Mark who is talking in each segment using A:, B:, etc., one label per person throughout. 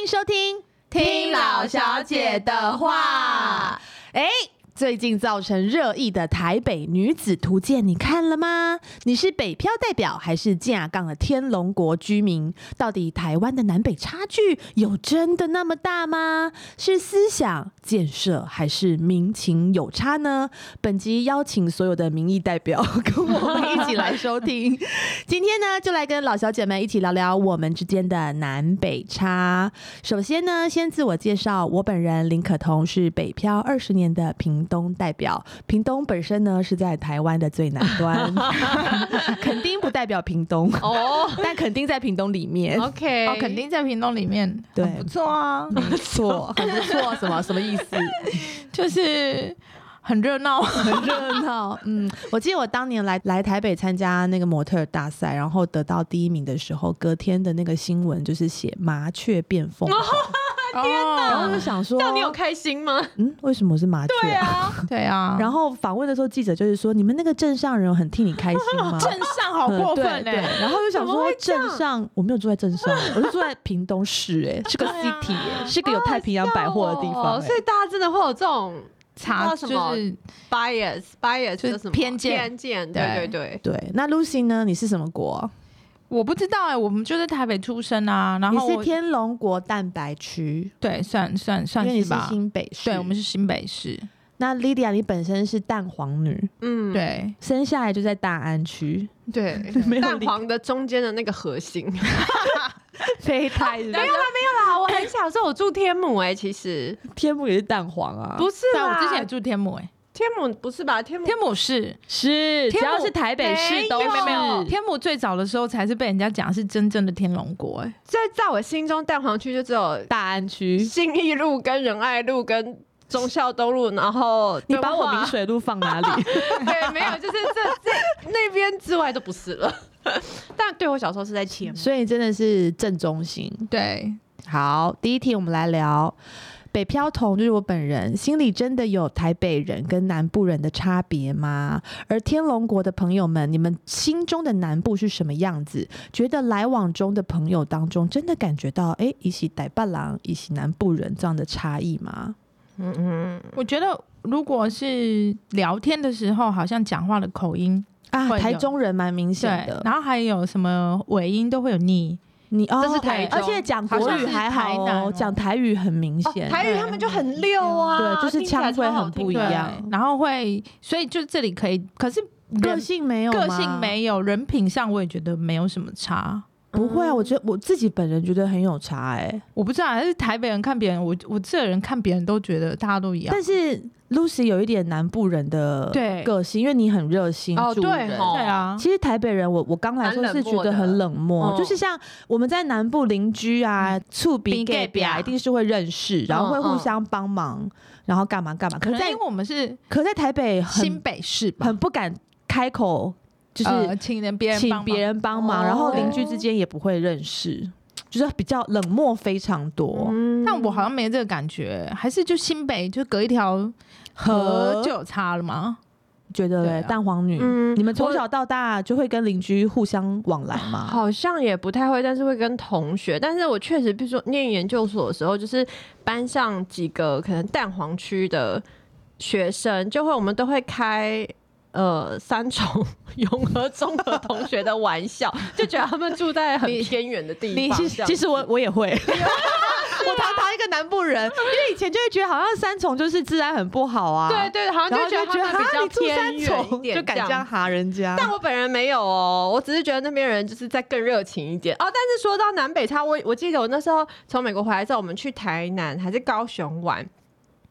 A: 迎收听《
B: 听老小姐的话》。
A: 哎，最近造成热议的台北女子图鉴，你看了吗？你是北漂代表还是架杠的天龙国居民？到底台湾的南北差距有真的那么大吗？是思想建设还是民情有差呢？本集邀请所有的民意代表跟我们一起来收听。今天呢，就来跟老小姐们一起聊聊我们之间的南北差。首先呢，先自我介绍，我本人林可彤是北漂二十年的屏东代表。屏东本身呢是在台湾的最南 端，肯定不代表屏 东，
B: 哦
A: 但肯定在屏东里
B: 哎
A: 面。
B: ，OK，哎
C: 哦，肯定在屏东里面，
A: 对
C: 很不错啊，
A: 没错，很不错，什么什么意思？
C: 就是很热 闹，
A: 很热闹。嗯，我记得我当年来来台北参加那个模特儿大赛，然后得到第一名的时候，隔天的那个新闻就是写麻雀变凤凰，然后
C: 哦
A: 就想说，
B: 到底有开心吗？
A: 嗯，为什么是麻雀、啊？
B: 啊，
C: 对啊，
A: 然后访问的时候，记者就是说：“你们那个镇上人有很替你开心吗？”
C: 镇上好
A: 嗯
C: 过
A: 对
C: 分呢、
A: 对然后就想
B: 怎么
A: 说
B: 会这样
A: 镇上，我没有住在镇上，我就住在屏东市、欸，哎，是个
C: 对啊
A: city，、欸、是个有太平洋百货的地方、
B: 好笑哦
A: 欸
B: 所以大家真的会有这种
C: 查
B: 查
C: 就
B: 什么
C: 是
B: bias bias
C: 就是
B: 的什么
C: 偏见
B: 偏见，对对
C: 对
B: 对。
A: 对，那 Lucy 呢？你是什么国？
C: 我不知道哎、我们就在台北出生啊，然
A: 你
C: 后
A: 是
C: 我
A: 天龙国蛋白区，
C: 对算算
A: 因
C: 算
A: 为你
C: 是
A: 是
C: 吧，
A: 新北市。
C: 对，我们是新北市，
A: 那 Lydia，你本身是蛋黄女，
B: 嗯，
C: 对
A: 生下来就在大安区，
C: 对，
A: 没有
B: 蛋
A: 离
B: 黄的中间的那个核心。
A: 胚胎是不是
B: 没有啦，没有啦，我很小时候我住天母哎、其实
A: 天母也是蛋黄啊，
B: 不是
C: 对啊，
B: 啦，
C: 我之前也住天母哎、
B: 天母不是吧？天母
C: 天母市。
A: 是，只
C: 天
A: 要
C: 母
A: 是台北市
B: 没
A: 都
B: 有
A: 是
B: 没有
C: 天母最早的时候才是被人家讲是真正的天龙国、哎，
B: 在在我心中蛋黄区就只有
A: 大安区。
B: 信义路跟仁爱路跟忠孝东路，然后
A: 你把我
B: 敦化
A: 明水路放哪里？
B: 对，没有，就是 这这那边之外都不是 了。但对我小时候是在前面，
A: 所以真的是正中心。
C: 对，
A: 好，第一题我们来聊北漂童，就是我本人，心里真的有台北人跟南部人的差别吗？而天龙国的朋友们，你们心中的南部是什么样子？觉得来往中的朋友当中，真的感觉到哎，一起台伴郎，一起南部人这样的差异吗？
B: 嗯嗯，
C: 我觉得如果是聊天的时候，好像讲话的口音
A: 啊，
C: 会有
A: 台中人蛮明
C: 对
A: 显的，，
C: 然后还有什么尾音都会有逆，
A: 你哦，
C: 这是台
A: 而且
C: 中
A: 讲
C: 好
A: 国
C: 像
A: 语
C: 是
A: 还好
C: 台南
A: 哦
C: 哦，
A: 讲台语很明
B: 哦
A: 显，
B: 台语他们就很溜啊，
A: 对就是
B: 听起来
A: 腔会
B: 超好
A: 很
B: 听
A: 不一
C: 对
B: 的
A: 样
C: 然后会，所以就这里可以，可是
A: 个
C: 人
A: 性没有，
C: 个性。没有，人品上我也觉得没有什么差。
A: 不会啊，
C: 嗯
A: 我
B: 得
A: 觉得我自己本人觉得很有差哎、
C: 我不知道，还是台北人看别人，我我这人看别人都觉得大家都一样。
A: 但是 Lucy 有一点南部人的
C: 对
A: 个性，因为你很热心
B: 哦
A: 助
B: 对
A: 人。
B: 吼
C: 对啊，
A: 其实台北人我，我刚来说
B: 蛮
A: 是
B: 冷
A: 觉
B: 漠
A: 得
B: 的
A: 很冷漠，
B: 嗯
A: 就是像我们在南部邻居
C: 嗯
A: 啊，醋比
C: 比
A: 给
C: 给
A: 比啊，
C: 比啊
A: 一定是会认识，然后会互相帮忙，然后干嘛干嘛。可
C: 嗯可
A: 是
C: 能
A: 在
C: 因为我们是
A: 可在台北
C: 新
A: 很
C: 北市吧，
A: 很不敢开口，就是
C: 呃请人别人帮
A: 请
C: 忙
A: 别人帮忙，
B: 哦
A: 然后邻居之间也不会认识，就是比较冷漠非常多。
B: 嗯
C: 但我好像没这个感觉，还是就新北就隔一条河就有差了吗？
A: 觉得
C: 对
A: 嘞，
C: 啊
A: 蛋黄女，
B: 嗯
A: 你们从
B: 我
A: 小到大就会跟邻居互相往来吗？
B: 好像也不太会，但是会跟同学。但是我确实，比如说念研究所的时候，就是班上几个可能蛋黄区的学生，就会我们都会开。呃，三重永和综合同学的玩笑，就觉得他们住在很偏远的地方。这样
A: 实我我也 会，
B: 哎
A: 我堂堂一个南部人，因为以前就会觉得好像三重就是治安很不好啊，
B: 对对，好像
A: 然后
B: 就觉得
A: 就觉
B: 他
A: 得啊
B: 们比较
A: 你住
B: 偏
A: 三
B: 远一
A: 重
B: 点，
A: 就敢这
B: 这
A: 样啊
B: 样。
A: 哈人家，
B: 但我本人没有哦，我只是觉得那边人就是在更热情一点哦。但是说到南北差，我我记得我那时候从美国回来之后，我们去台南还是高雄玩。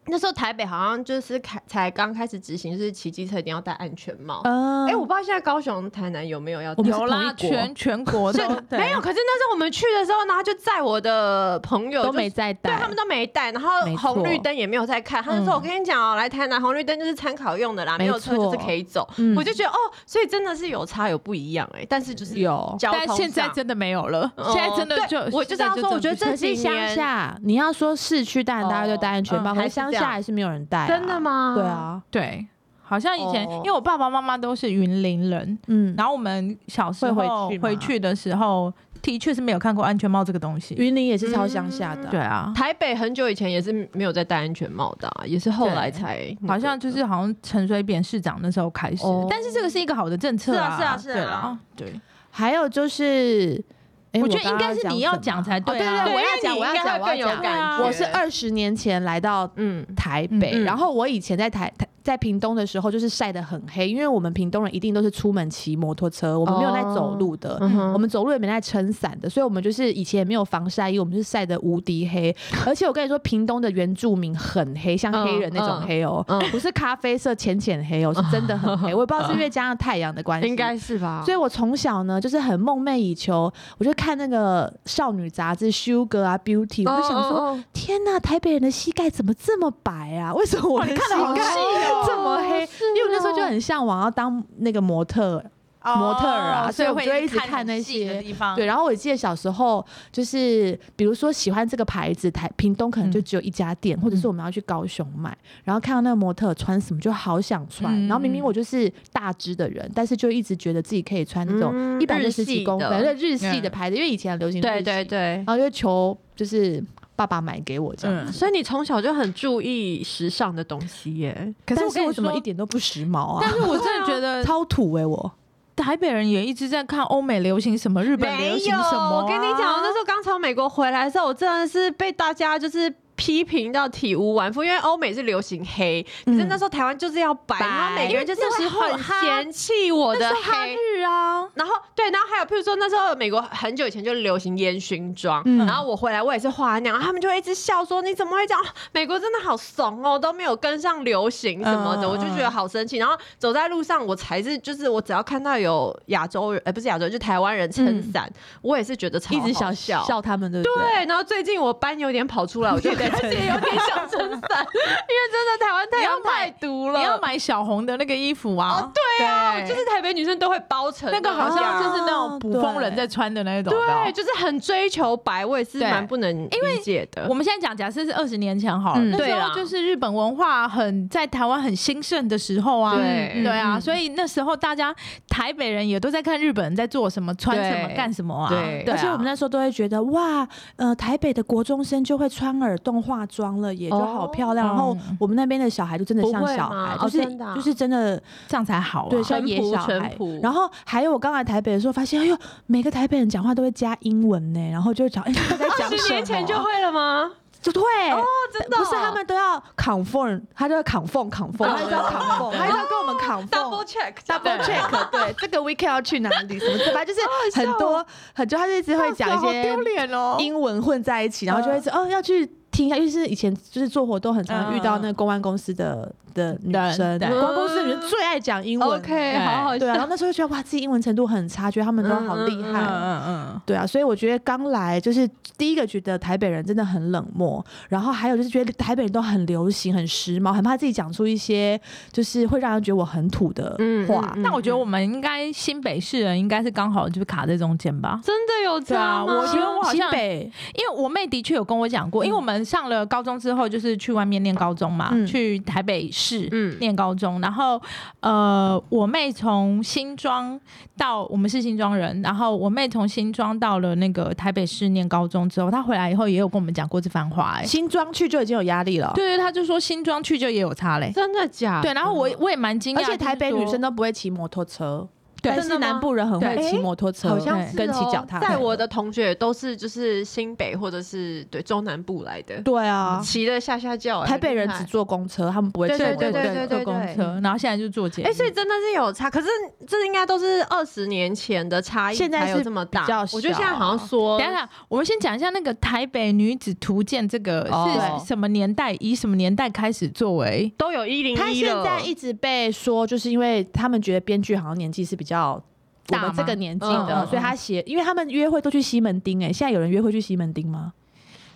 B: 那时候台北好像就是开才刚开始执行，就是骑机车一定要戴安全帽。哎、
A: 嗯
B: 我不知道现在高雄、台南有没有要
A: 我
B: 戴
A: 们是
C: 有啦，
A: 同一国
C: 全全国都
A: 对
B: 没有。可是那时候我们去的时候呢，他就载我的朋友
A: 都
B: 就
A: 没在带，
B: 对他们都没带，然后
A: 没错嗯
B: 红绿灯也没有在看。他就说：“我跟你讲哦，来台南红绿灯就是参考用的啦，
A: 没
B: 没有车就是
A: 错
B: 可以走。
A: 嗯
B: 我就觉得哦，所以真的是有差有不一样哎、但是就是
A: 有。
B: 交
C: 但
B: 通
C: 现在
B: 上
C: 真的没有了，现在真的
B: 哦
C: 就
B: 对我就是
C: 现在
B: 要说我觉得
C: 真的
B: 这
A: 可是
B: 几
A: 乡
B: 年
A: 下，你要说市区当然大家就戴安全帽，
C: 哦嗯
A: 可是
B: 还是
A: 乡
B: 这
A: 下
B: 样
A: 还是没有人戴啊。
B: 真的吗？
A: 对，啊，
C: 对，好像以前、
B: 哦
C: 因为我爸爸妈妈都是云林人，
A: 嗯，
C: 然后我们小时
A: 会
C: 候
A: 回去吗
C: 回去的时候，的确是没有看过安全帽这个东西。
A: 云林也是超乡下的啊、
C: 对啊，
B: 台北很久以前也是没有在戴安全帽的啊、也是后来
C: 对
B: 才那个
C: 好像就是好像陈水扁市长那时候开始
B: 哦，
C: 但是这个是一个好的政策
B: 是啊是啊
C: 对
B: 是啊
C: 啦，对，
A: 还有就是，诶
C: 我觉得应该是
A: 刚刚
C: 你要讲才
A: 对哦
C: 啊，
A: 对
B: 哦对
A: 我要
B: 因为
A: 讲
B: 你
A: 我要
B: 应该
A: 讲
B: 会
A: 我要
B: 更有
A: 讲
B: 感
A: 什
B: 觉
A: 么我是二十年前来到
B: 嗯
A: 台北，
B: 嗯
A: 然后我以前在台台在屏东的时候，就是晒得很黑，因为我们屏东人一定都是出门骑摩托车，我们没有在走路的。
C: 哦
B: 嗯哼
A: 我们走路也没在撑伞的，所以我们就是以前也没有防晒衣，我们是晒得无敌黑。
C: 嗯
A: 而且我跟你说，屏东的原住民很黑，像黑人那种黑哦、
B: 嗯嗯
A: 不是咖啡色浅浅黑哦、是真的很黑。我也不知道是 因为加上太阳的关系，
B: 应该是吧，
A: 所以我从小呢，就是很梦寐以求，我就看那个少女杂志《Sugar》啊，《Beauty》，我就想说，
B: 哦，哦哦
A: 天呐，台北人的膝盖怎么这么白啊？为什么我看的好看
B: 细哦
A: 这么黑？因为我那时候就很向往要当那个模特，啊
B: 哦
A: 模特儿啊所以我就一直看那
C: 很细的
A: 些
C: 地方。
A: 对，然后我记得小时候就是，比如说喜欢这个牌子，台屏东可能就只有一家店，或者是我们要去高雄买，然后看到那个模特穿什么就好想穿，
C: 嗯
A: 然后明明我就是大只的人，但是就一直觉得自己可以穿那种
B: 嗯
A: 一百六
B: 日
A: 十
B: 系
A: 几公分对
B: 的
A: 日系的牌子，因为以前流行日系
B: 对对，对
A: 然。后就求就是爸爸买给我这样。
C: 嗯，
B: 所以你从小就很注意时尚的东西耶，
C: 可
A: 但
C: 我
A: 是
C: 跟
A: 我
C: 你
A: 怎么一
C: 说，
A: 点都不时髦
C: 但
A: 啊？
C: 是我真的觉 得
A: 超土哎、我
C: 台北人也一直在看欧美流行什么，日本流行什么、啊
B: 我跟你讲，我那时
C: 候
B: 候刚从美国回来的时候，我真的是被大家就是。批评到体无完肤，因为欧美是流行黑，可是
A: 嗯
B: 那时候台湾就是要白，
A: 白
B: 然后每个人就是
C: 那时候
B: 很
C: 哈
B: 嫌弃我的黑。
C: 日啊，
B: 然后对，然后还有譬如说那时候美国很久以前就流行烟熏妆，
A: 嗯
B: 然后我回来我也是画那样，他们就会一直笑说你怎么会这样？美国真的好怂哦，都没有跟上流行什么的，
C: 嗯
B: 我就觉得好生气。然后走在路上，我才是就是我只要看到有亚洲人，呃，不是亚洲人，就台湾人撑伞，我也是觉得超
A: 一直
B: 好
A: 想
B: 笑。
A: 笑他们，对不对？
B: 对，然后最近我班有点跑出来，我 就开始有点想撑伞，因为真的台湾太阳
C: 你要买
B: 太毒了。
C: 你要买小红的那个衣服啊，
B: 哦，对啊，就是台北女生都会包成
C: 那个好像就是那种捕风人
A: 对
C: 在穿的那种，有没
A: 哦
B: 对，
C: 有
B: 就是很追求白，我也是
C: 对
B: 蛮不能理解的。
C: 我们现在讲，假设是二十年前好了，
B: 嗯
C: 那时
B: 对
C: 候
B: 啦
C: 就是日本文化很在台湾很兴盛的时候啊，
B: 对
C: 嗯对啊，
A: 嗯
C: 所以那时候大家台北人也都在看日本人在做什么、穿什么、
B: 对
C: 干什么啊，
B: 对
C: 啊
A: 而且我们那时候都会觉得哇，呃，台北的国中生就会穿耳洞化妆了耶，也就好
B: 哦
A: 漂亮。然后
C: 嗯
A: 我们那边的小孩就真的
B: 不
A: 像
B: 会
A: 小
B: 吗
A: 孩，
B: 哦
A: 就是
B: 真的啊
A: 就是真的
C: 这样才好啊，
A: 对
B: 淳
A: 像野
B: 朴
A: 小
B: 淳
A: 孩
B: 朴。
A: 然后还有我刚来台北的时候，发现哎呦，每个台北人讲话都会加英文呢，然后就会 讲哎你们在讲什么
B: 哦十年前就会了吗？
A: 就对
B: 哦真的哦
A: 不是他们都要 confirm，他就会 confirm confirm，他就
B: 哦
A: 要 confirm，他就要跟我们 confirm
B: double。check
A: double check，对，这个 weekend 要去哪里什么之类，反正就是很多很多，他就一直会讲一
C: 哦好
A: 些
C: 丢脸哦，嗯
A: 英文混在一起，然后就会说、哦要去听一下，因为是以前就是做活动很常遇到那个公关公司的、的女生，
C: 对
A: 公关公司 的女生最爱讲英文。
B: OK，
C: 对
B: 好好
A: 对啊，然
B: 笑。
A: 后那时候就觉得哇，自己英文程度很差，觉得他们都好厉害。
C: 嗯嗯嗯。
A: 对啊，所以我觉得刚来就是第一个觉得台北人真的很冷漠，然后还有就是觉得台北人都很流行、很时髦，很怕自己讲出一些就是会让人觉得我很土的
B: 嗯
A: 话。
B: 嗯嗯
C: 但我觉得我们应该新北市人应该是刚好就是卡在中间吧，
B: 真的有这
A: 啊
B: 样吗？
C: 我觉得我好
A: 新
C: 像
A: 北
C: 因为我妹的确有跟我讲过，因为我们上了高中之后就是去外面念高中嘛，
A: 嗯
C: 去台北市
B: 嗯
C: 念高中，然后呃，我妹从新庄到我们是新庄人，然后我妹从新庄到了那个台北市念高中之后，她回来以后也有跟我们讲过这番话、哎，
A: 新庄去就已经有压力了，
C: 对对，她就说新庄去就也有差嘞、嗯
B: 真的假的？
C: 啊对，然后我我也蛮惊讶，
A: 而且台北女生
C: 都
A: 都不会骑摩托车，
C: 对
A: 但
B: 真
A: 是
B: 的吗
A: 南部人很会
C: 对
A: 骑摩托车，
B: 好像是
A: 跟骑
B: 哦
A: 脚踏车。
B: 在我的同学也都是就是新北或者是对中南部来的，
A: 对啊，
B: 骑的下下叫。哎
A: 台北人
B: 很厉
A: 只
B: 害
A: 坐公车，他们不会骑
B: 对
A: 摩
B: 对
A: 托
B: 对对
A: 车。
B: 对
C: 坐公车，然后现在就坐捷运，
B: 哎、
A: 嗯
B: 所以真的是有差，可是这应该都是二十年前的差异，
A: 现在
B: 有
A: 是
B: 这么大。
A: 比较
B: 我觉得
A: 小
B: 现在好像说，
C: 等一下，我们先讲一下那个《台北女子图鉴》这个
B: 哦
C: 是什么年代，以什么年代开始作为？
B: 都有一零一
A: 他现在一直被说，就是因为他们觉得编剧好像年纪是比较。我
C: 大
A: 们这
C: 吗
A: 个年纪
B: 嗯嗯
A: 的，
B: 嗯
A: 所以他写，因为他们约会都去西门町，哎，现在有人约会去西门町吗？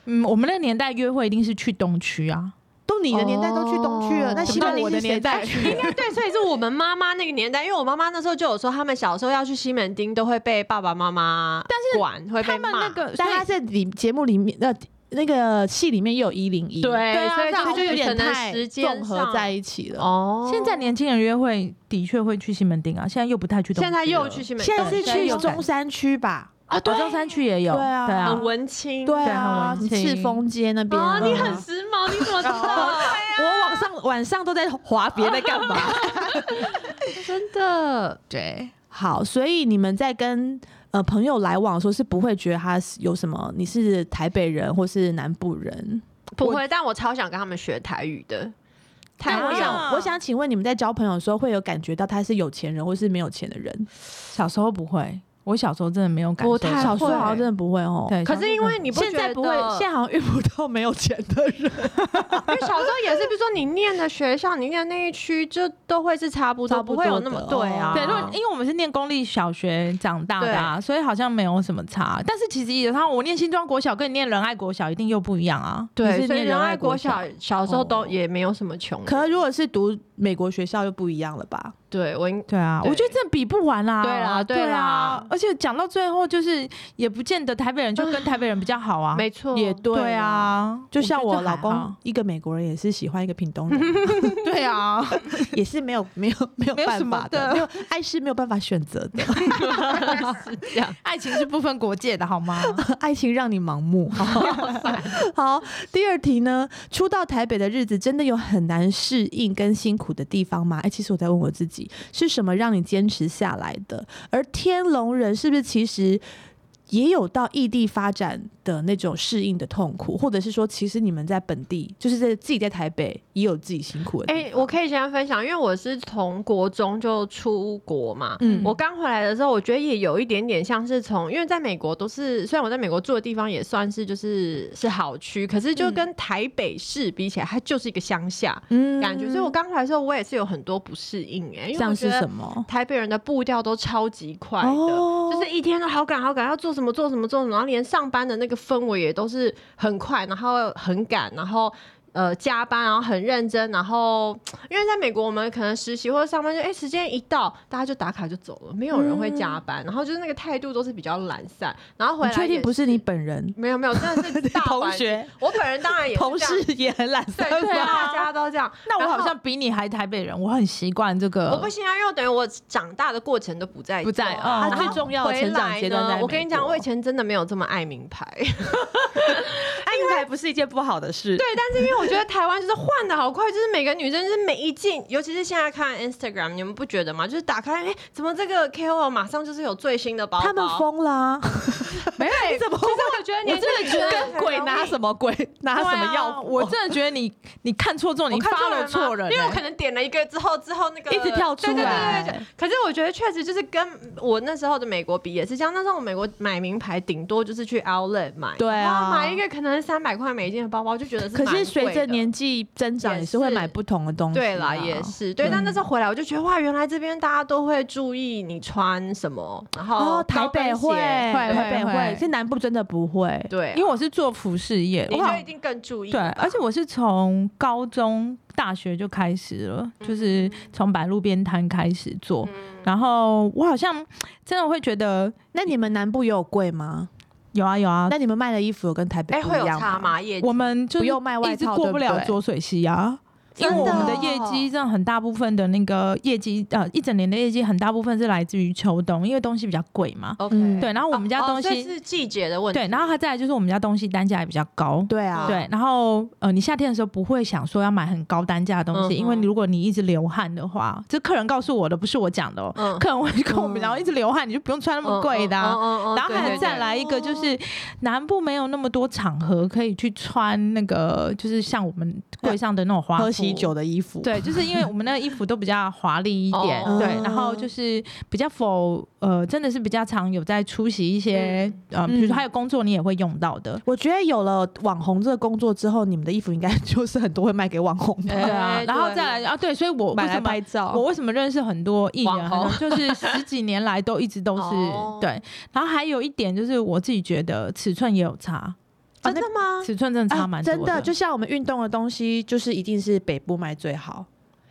C: 嗯，我们那个年代约会一定是去东区啊，
A: 都你的年代都去东区了，
B: 哦
A: 那西门
C: 到
A: 町
C: 我的
A: 是谁
C: 年代
A: 带
C: 去
A: 去
B: 应
A: 的？
B: 该 对，所以是我们妈妈那个年代，因为我妈妈那时候就有说，他们小时候要去西门町都会被爸爸妈妈
C: 但是
B: 管，会被
C: 他们
B: 骂
C: 那个，
A: 但
C: 所以
A: 他在里节目里面，呃，那个戏里面也有一零一，
B: 对
A: 对啊，
B: 所以
A: 所以
B: 就
A: 就有
B: 可
A: 点
B: 能
A: 太
B: 时间
A: 综合
B: 上
A: 在一起了。
B: 哦
C: 现在年轻人约会的确会去西门町啊，现在又不太去东区
B: 现
C: 了，
B: 在又去西门，
A: 现在
B: 对
A: 是去中山区吧？啊，对
C: 国中山区也有，
A: 对啊
C: 对啊
B: 很，文青。
A: 对
C: 对
A: 啊，
C: 很文青
A: 赤峰街那边
B: 啊，你很
A: 嗯
B: 时髦，你怎么知 道？
A: 我晚上晚上都在滑别人在干嘛？
B: 真的，
C: 对，
A: 好，所以你们在跟呃朋友来往的时候，是不会觉得他是有什么你是台北人或是南部人？
B: 不会，但我超想跟他们学台语的。
A: 但我
C: 啊
A: 想，我想请问你们在交朋友的时候，会有感觉到他是有钱人或是没有钱的人？
C: 小时候不会，我小时候真的没有感受
B: 不
C: 到，
B: 太
A: 小时候
B: 会
A: 好像真的不会哦。
C: 对，
B: 可
C: 小时
B: 是
C: 候
B: 因
C: 真的
B: 为你不
A: 现在
B: 觉
A: 不会
B: 得，
A: 现在好像遇不到没有钱的人。
B: 因为小时候也是，比如说你念的学校，你念的那一区，就都会是差不多，
A: 差不
B: 不会
A: 多
B: 有那么
A: 的
B: 对啊。
A: 哦
C: 对，如果因为我们是念公立小学长大的、啊，所以好像没有什么差。但是其实有他，我念新庄国小跟你念仁爱国小一定又不一样啊。你
B: 对，
C: 是
B: 所以
C: 念
B: 仁
C: 仁
B: 爱
C: 爱
B: 国
C: 小
B: 小，小时候都
C: 哦
B: 也没有什么穷 人。
A: 可是如果是读美国学校又不一样了吧？
B: 对我应
C: 对啊，
B: 对
C: 我觉得真的比不完啦、
B: 对啦对
C: 对
B: 啦
C: 啊，而且讲到最后，就是也不见得台北人就跟台北人比较好啊。
B: 没错，
A: 也对
C: 对啊，
A: 就像
C: 我
A: 我
C: 觉得
A: 老
C: 还好
A: 公，一个美国人也是喜欢一个屏东 人，
C: 对啊，
A: 也是没有没有没有
C: 没有
A: 办
C: 什么
A: 法的，
C: 的
A: 没有爱是没有办法选择的，
B: 是这样。
C: 爱情是不分国界的好吗？
A: 爱情让你盲 目。好，第二题呢？初到台北的日子真的有很难适应跟辛苦的地方吗？哎、其实我在问我自己，是什么让你坚持下来的？而天龙人是不是其实？也有到异地发展的那种适应的痛苦，或者是说，其实你们在本地，就是在自己在台北，也有自己辛苦的地方。
B: 哎、我可以先分享，因为我是从国中就出国嘛。
A: 嗯
B: 我刚回来的时候，我觉得也有一点点像是从，因为在美国都是，虽然我在美国住的地方也算是就是是好区，可是就跟台北市比起来，它就是一个乡下
A: 嗯
B: 感觉。所以我刚回来的时候，我也是有很多不适应哎、因为我
A: 像
B: 觉
A: 是
B: 得
A: 什么？
B: 台北人的步调都超级快的，
A: 哦
B: 就是一天都好赶好赶，要做什么做什么做什么，然后连上班的那个氛围也都是很快，然后很赶，然后。呃，加班，然后很认真，然后因为在美国，我们可能实习或者上班就，哎，时间一到，大家就打卡就走了，没有人会加班，然后就是那个态度都是比较懒散，然后回
A: 你
B: 来
A: 确定
B: 也
A: 不是你本人？
B: 没有没有，真的是大
A: 同
B: 环境，
A: 学、
B: 我本人当然也是
A: 同
B: 这样
A: 事也很懒散
B: 对
A: 吧，
B: 对，啊大家都这样。
C: 那我
B: 然
C: 好
B: 后
C: 像比你还台北人，我很习惯这个。
B: 我不行啊，因为等于我长大的过程都不在哦
C: 不在
B: 做
C: 嗯
B: 然
A: 他最
B: 后
A: 重要的
B: 回
A: 成长
B: 来
A: 阶段
B: 呢
A: 在美
B: 我跟你讲，
A: 国
B: 我以前真的没有这么爱名牌， 啊
A: 爱名牌不是一件不好的事。
B: 对，但是因为我觉得台湾就是换的好快，就是每个女生就是每一进，尤其是现在看 Instagram，你们不觉得吗？就是打开，哎、怎么这个 KOL 马上就是有最新的包包？
A: 他们疯了啊、
B: 没有？怎么？其实我觉得
A: 我
B: 年轻
A: 真的
B: 女
A: 觉
B: 生
A: 得
B: 很
A: 鬼
B: 容
A: 拿
B: 易啊
A: 什么鬼拿什么药、
C: 要？我真的觉得你你看错重
B: 我
C: 点，你
B: 看
C: 发
B: 了
C: 了错人欸，欸
B: 因为我可能点了一个之后，之后那个
A: 一直跳出
B: 对对对
A: 来
B: 对对可是我觉得确实就是跟我那时候的美国比也是这样，那时候我美国买名牌，顶多就是去 Outlet 买，
A: 对啊
B: 然后买一个可能三百块美金的包包，就觉得是
A: 可
B: 蛮贵
A: 是
B: 的
A: 随着。年纪增长，
B: 也
A: 也是会
B: 是
A: 买不同的东西、啊。
B: 对啦，也是对，
A: 嗯
B: 但那时候回来我就觉得哇，原来这边大家都会注意你穿什么，然后
A: 哦，台北会，
B: 高跟鞋
C: 会
A: 台北
C: 会
A: 会，
C: 会
A: 是南部真的不会。
B: 对，
C: 因为我是做服饰业，
B: 你
C: 我好
B: 就一定更注意
C: 对，
B: 吧，
C: 而且我是从高中、大学就开始了，
B: 嗯
C: 就是从摆路边摊开始做。然后我好像真的会觉得
A: 那你们南部也有贵吗？
C: 有啊有啊，
A: 那你们卖的衣服有跟台北
B: 哎
A: 不
B: 会
A: 一
B: 有
A: 样
B: 差
A: 吗？
B: 吗？业绩
C: 我们就
A: 不
C: 是
A: 用卖外
C: 一直
A: 套
C: 过
A: 对
C: 不
A: 不
C: 了
A: 对
C: 浊水溪啊。因为
B: 真
C: 我
B: 的
C: 们的
B: 哦
C: 业绩真的很大部分的那个业绩，呃，一整年的业绩很大部分是来自于秋冬，因为东西比较贵嘛。
B: OK，
A: 嗯
C: 对，然后我们家
B: 哦哦
C: 东
B: 所以
C: 西，
B: 是嗯季节的问题，
C: 对，然后它再来就是我们家东西单价也比较高，
A: 对啊，
C: 对，然后呃，你夏天的时候不会想说要买很高单价的东
B: 嗯
C: 西，因为你如果你一直流汗的话，这客人告诉我的，不是我讲的哦。
B: 嗯
C: 客人会跟我们
A: 嗯
C: 讲，然后一直流汗，你就不用穿那么贵的啊、
B: 嗯
C: 然后还有再来一个，就是南部没有那么多场合可以去穿那个，就是像我们柜上的那种花
A: 喝
C: 服
A: 喜酒。的衣服。
C: 对，就是因为我们那个衣服都比较华丽一点，
B: 哦
C: 对，然后就是比较否呃，真的是比较常有在出席一些、呃，比如说还有工作你也会用到的，
A: 我觉得有了网红这个工作之后，你们的衣服应该 就是很多会卖给网红吧，
B: 哎
C: 对啊
B: 对，
C: 然后再来啊，对，所以我
A: 买
C: 为
A: 来
C: 什么
A: 拍照。
C: 我为什么认识很多艺人，
B: 网红
C: 很多就是十几年来都一直都是
B: 哦
C: 对。然后还有一点就是我自己觉得尺寸也有差，
B: 真的吗？
C: 尺寸真的差
A: 啊
C: 蛮多
A: 真的，就是像我们运动的东西，就是一定是北部卖最好。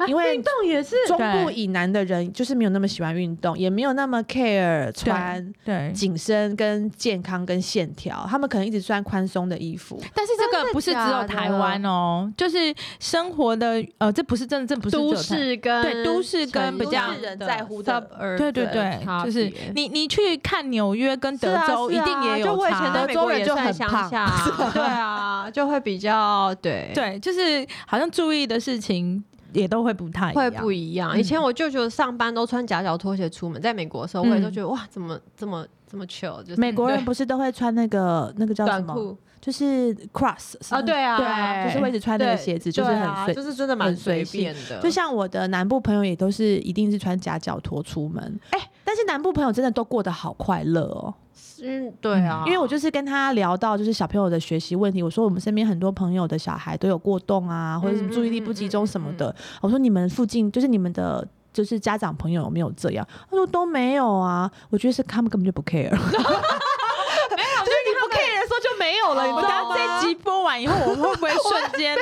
A: 因为
B: 啊运动也是
A: 中部以南的人就是没有那么喜欢运动，也没有那么 care 穿
B: 嗯
C: 对，
A: 紧身跟健康跟线条，他们可能一直穿宽松的衣服。
C: 但是这个不是只有台湾哦，就是生活的呃，这不是真的，这不是只有
B: 都
C: 台
B: 市跟
C: 对都市跟比较
A: 都市人在乎的
B: suburb
C: 对对对
B: 的，差别
C: 就是你你去看纽约跟
B: 是
C: 德
B: 啊
C: 州
B: 是
C: 一
B: 啊
C: 定也
B: 就
C: 有
B: 我以前
C: 差，
B: 在美国也算乡
A: 德州人就
B: 下啊，对啊，就会比较对
C: 对，就是好像注意的事情也都会不太一
B: 会
C: 样
B: 不一样。以前我舅舅上班都穿夹脚拖鞋出门，在美国的时候，我也都觉得哇，怎么这么这么 chill，就是
A: 美国人
B: 对
A: 不是都会穿那个那个叫什
B: 短
A: 么？
B: 裤
A: 就是 cross
B: 啊，对啊，
A: 对啊，就是会一直穿那个
B: 对
A: 鞋子，就是
B: 对啊
A: 很随
B: 就是真的蛮
A: 很
B: 随
A: 随
B: 便的，
A: 就像我的南部朋友也都是一定是穿夹脚拖出门，哎、但是南部朋友真的都过得好快乐哦，
B: 嗯，对啊，
A: 因为我就是跟他聊到就是小朋友的学习问题，我说我们身边很多朋友的小孩都有过动啊，或者是注意力不集中什么的，我说你们附近就是你们的。就是家长朋友有没有这样？他说都没有啊，我觉得是他们根本就不 care，没有，就是你不 care 的时候就没有了，你
C: 我
A: 知
C: 等
A: 道
C: 下
A: 吗？
C: 这一集播完以后，我会不会瞬间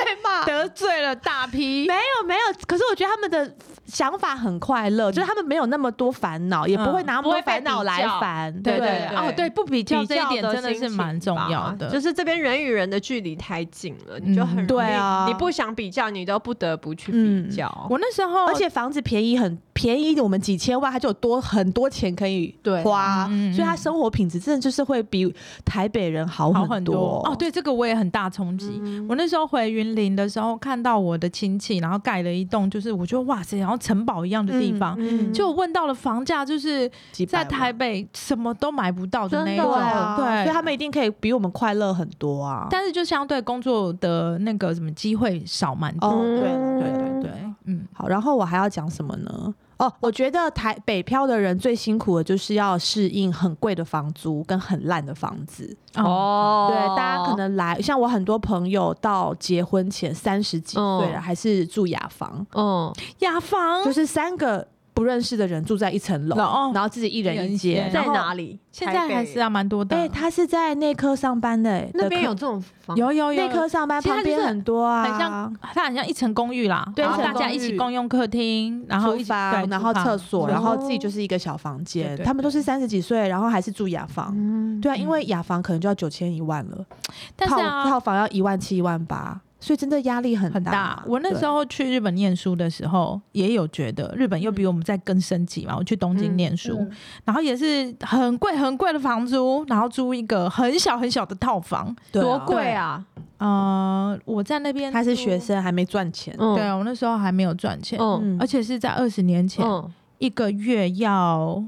C: 得罪了大 批
A: 没？有没有，可是我觉得他们的想法很快乐，就是他们没有那么多烦恼，也嗯不会拿那么
B: 不会
A: 多
B: 被
A: 烦恼
B: 比
A: 来
B: 较
A: 烦。
C: 对
B: 对
C: 对哦，对，不比较这一点真的是蛮重要的，
B: 就是这边人与人的距离太近了，你就很容
A: 嗯
B: 易
A: 对啊
B: 你不想比较，你都不得不去比较。
C: 嗯我那时候，
A: 而且房子便宜很便宜，我们几千万，他就有多很多钱可以
B: 对
A: 花，
C: 嗯嗯
A: 所以他生活品质真的就是会比台北人好
C: 好
A: 很
C: 很多哦，对这个我也很大冲击。
B: 嗯
C: 我那时候回云林的时候，看到我的亲戚，然后盖了一栋，就是我觉得哇塞，然后城堡一样的地方，
B: 嗯
C: 就问到了房价，就是
A: 几百
C: 在
A: 万
C: 台北什么都买不到的那
B: 真
C: 哦一种，
A: 对
B: 的
A: 啊，
C: 对，
A: 所以他们一定可以比我们快乐很多啊。
C: 但是就相对工作的那个什么机会少蛮多，
A: 哦，对了
B: 嗯
A: 对了
C: 对对对，嗯，
A: 好，然后我还要讲什么呢？哦，我觉得台北漂的人最辛苦的就是要适应很贵的房租跟很烂的房子。
C: 哦，
B: 哦
A: 对，大家可能来，像我很多朋友到结婚前三十几岁了，
B: 嗯
A: 还是住雅房，
B: 嗯，
C: 雅房
A: 就是三个不认识的人住在一层楼，
C: 哦
A: 然后自己一人一
C: 一人
A: 间
C: 一间。
A: 然
B: 在
A: 后？
B: 哪里？
C: 现在还是啊蛮多的，
A: 哎、他是在内科上班的、哎
B: 那边有
A: 的
B: 这种
A: 科
B: 房，
A: 有有有内科上班
C: 其实它
A: 旁
C: 就是
A: 边很多啊，
C: 很像它很像一层公寓啦，
A: 对
C: 然后
B: 一层
C: 大家一
A: 公
C: 起
A: 寓
C: 共用客厅，然后一
A: 厨
C: 起对
A: 房，然后
C: 厨房哦
A: 厕所，
B: 厨
A: 然后
B: 房
A: 自己就是一个小房间。
C: 对对
A: 他们都是三十几岁，然后还是住雅房。
B: 嗯，
A: 对啊，因
C: 嗯
A: 为雅房可能就要九千一万了，
C: 但是
A: 套
C: 啊，
A: 套房要一万七一万八，所以真的压力很
C: 很
A: 大
C: 大。。我那时候去日本念书的时候，也有觉得日本又比我们再更升级嘛。我去东京
B: 嗯
C: 念书，然后也是很贵很贵的房租，然后租一个很小很小的套房。
A: 对
B: 多
A: 啊
B: 贵啊！
C: 呃，我在那边
A: 他是
C: 住
A: 学，生，还没赚钱。
B: 嗯
C: 对我那时候还没有赚钱，
B: 嗯
C: 啊而且是在二十年前，
B: 嗯，
C: 一个月要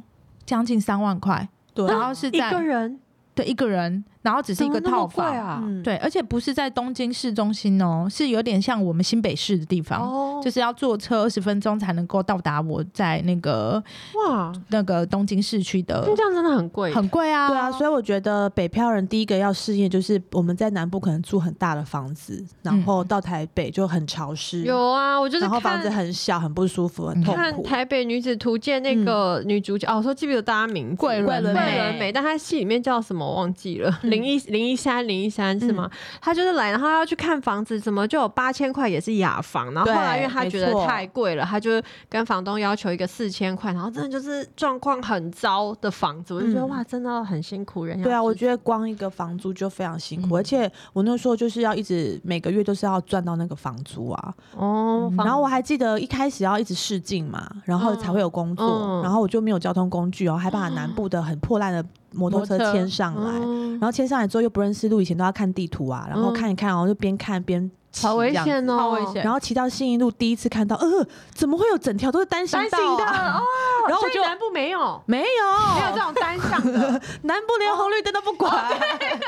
C: 将近三万块，
A: 对
C: 然后是
B: 嗯一
C: 在
B: 个人
C: 对一个人，然后只是一个
B: 怎么那么
C: 套
B: 贵
C: 房。
B: 啊，
A: 嗯，
C: 对，而且不是在东京市中心哦，是有点像我们新北市的地方，
B: 哦
C: 就是要坐车二十分钟才能够到达我在那个
B: 哇，
C: 那个东京市区的
B: 那，这样真的很贵，
C: 很贵啊，
A: 对啊，所以我觉得北漂人第一个要适应就是我们在南部可能住很大的房子，然后到台北就很潮湿，
B: 嗯有啊，我就是
A: 然后房
B: 看
A: 子很小，很不舒服，很
C: 嗯
A: 痛
B: 看
A: 苦。
B: 《台北女子图鉴》那个女主角，哦，我说记不记得大家名字？
C: 桂纶
B: 桂
A: 镁
B: 纶镁，但她戏里面叫什么我忘记了，
A: 嗯
B: 零一零一三零一三是吗？她就是来，然后她要去看房子，怎么就有八千块也是雅房，然后
A: 对
B: 后来因为她觉得
A: 没错
B: 太贵了，她就跟房东要求一个四千块，然后真的就是状况很糟的房子，我就觉得、
A: 嗯
B: 哇，真的很辛苦人家。
A: 对啊，我觉得光一个房租就非常辛苦，
C: 嗯
A: 而且我那时候就是要一直每个月都是要赚到那个房租啊。
B: 得哦，
A: 然后我
B: 还
A: 还记得一开始要一直试镜嘛，然后才会有工作，
B: 嗯嗯
A: 然后我就没有交通工具哦，还把南部的很破烂的摩托车
C: 摩托
A: 牵上来，
B: 哦
C: 嗯
A: 然后牵上来之后又不认识路，以前都要看地图啊，然后
B: 嗯
A: 看一看哦，就边看边骑
B: 好危
A: 这样子
B: 险哦，
C: 好危险
A: 然后骑到信义路，第一次看到，呃，怎么会有整条都是单行
B: 单行
A: 道
B: 道
A: 啊、
B: 哦，
A: 然后
B: 所
A: 我
B: 以
A: 就
B: 南部没有。
A: 没
B: 没有
A: 有，
B: 这种单向的，
A: 南部连红绿灯都不管。
C: 哦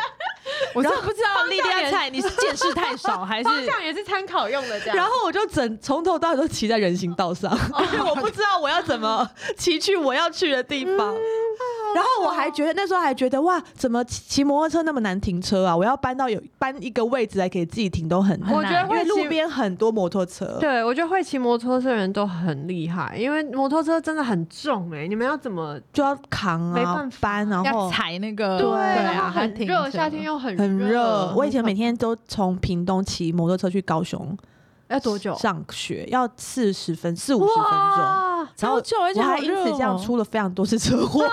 C: 我真的不知道莉莉
B: 方向 也
C: 亚菜你是见识太少还是
B: 方向也是参考用的这样。
A: 然后我就整从头到尾都骑在人行道上，哦因为我不知道我要怎么骑去我要去的地方。 然后我还觉得那时候还觉得哇，怎么骑骑摩托车那么难停车啊？我要搬到有搬一个位置来给自己停都很难，
B: 我觉得
A: 因
B: 会
A: 为
B: 骑
A: 路边很多摩托车。
B: 对，我觉得会骑摩托车的人都很厉害，因为摩托车真的很重哎、你们要怎么？
A: 就要扛
B: 没
A: 啊
B: 办法，
A: 搬，然
C: 要
A: 后
C: 踩那个
A: 对
B: 然后
C: 啊，还
B: 很
C: 挺
B: 热，夏天又很
A: 很热。我以前每
B: 天
A: 天都从屏东骑摩托车去高雄，
B: 要多久？
A: 上学要四十分四五十分钟，
B: 哇，
A: 然后
C: 超久而且
A: 我还
C: 好
A: 因此
C: 热
A: 这样
C: 哦
A: 出了非常多次车祸。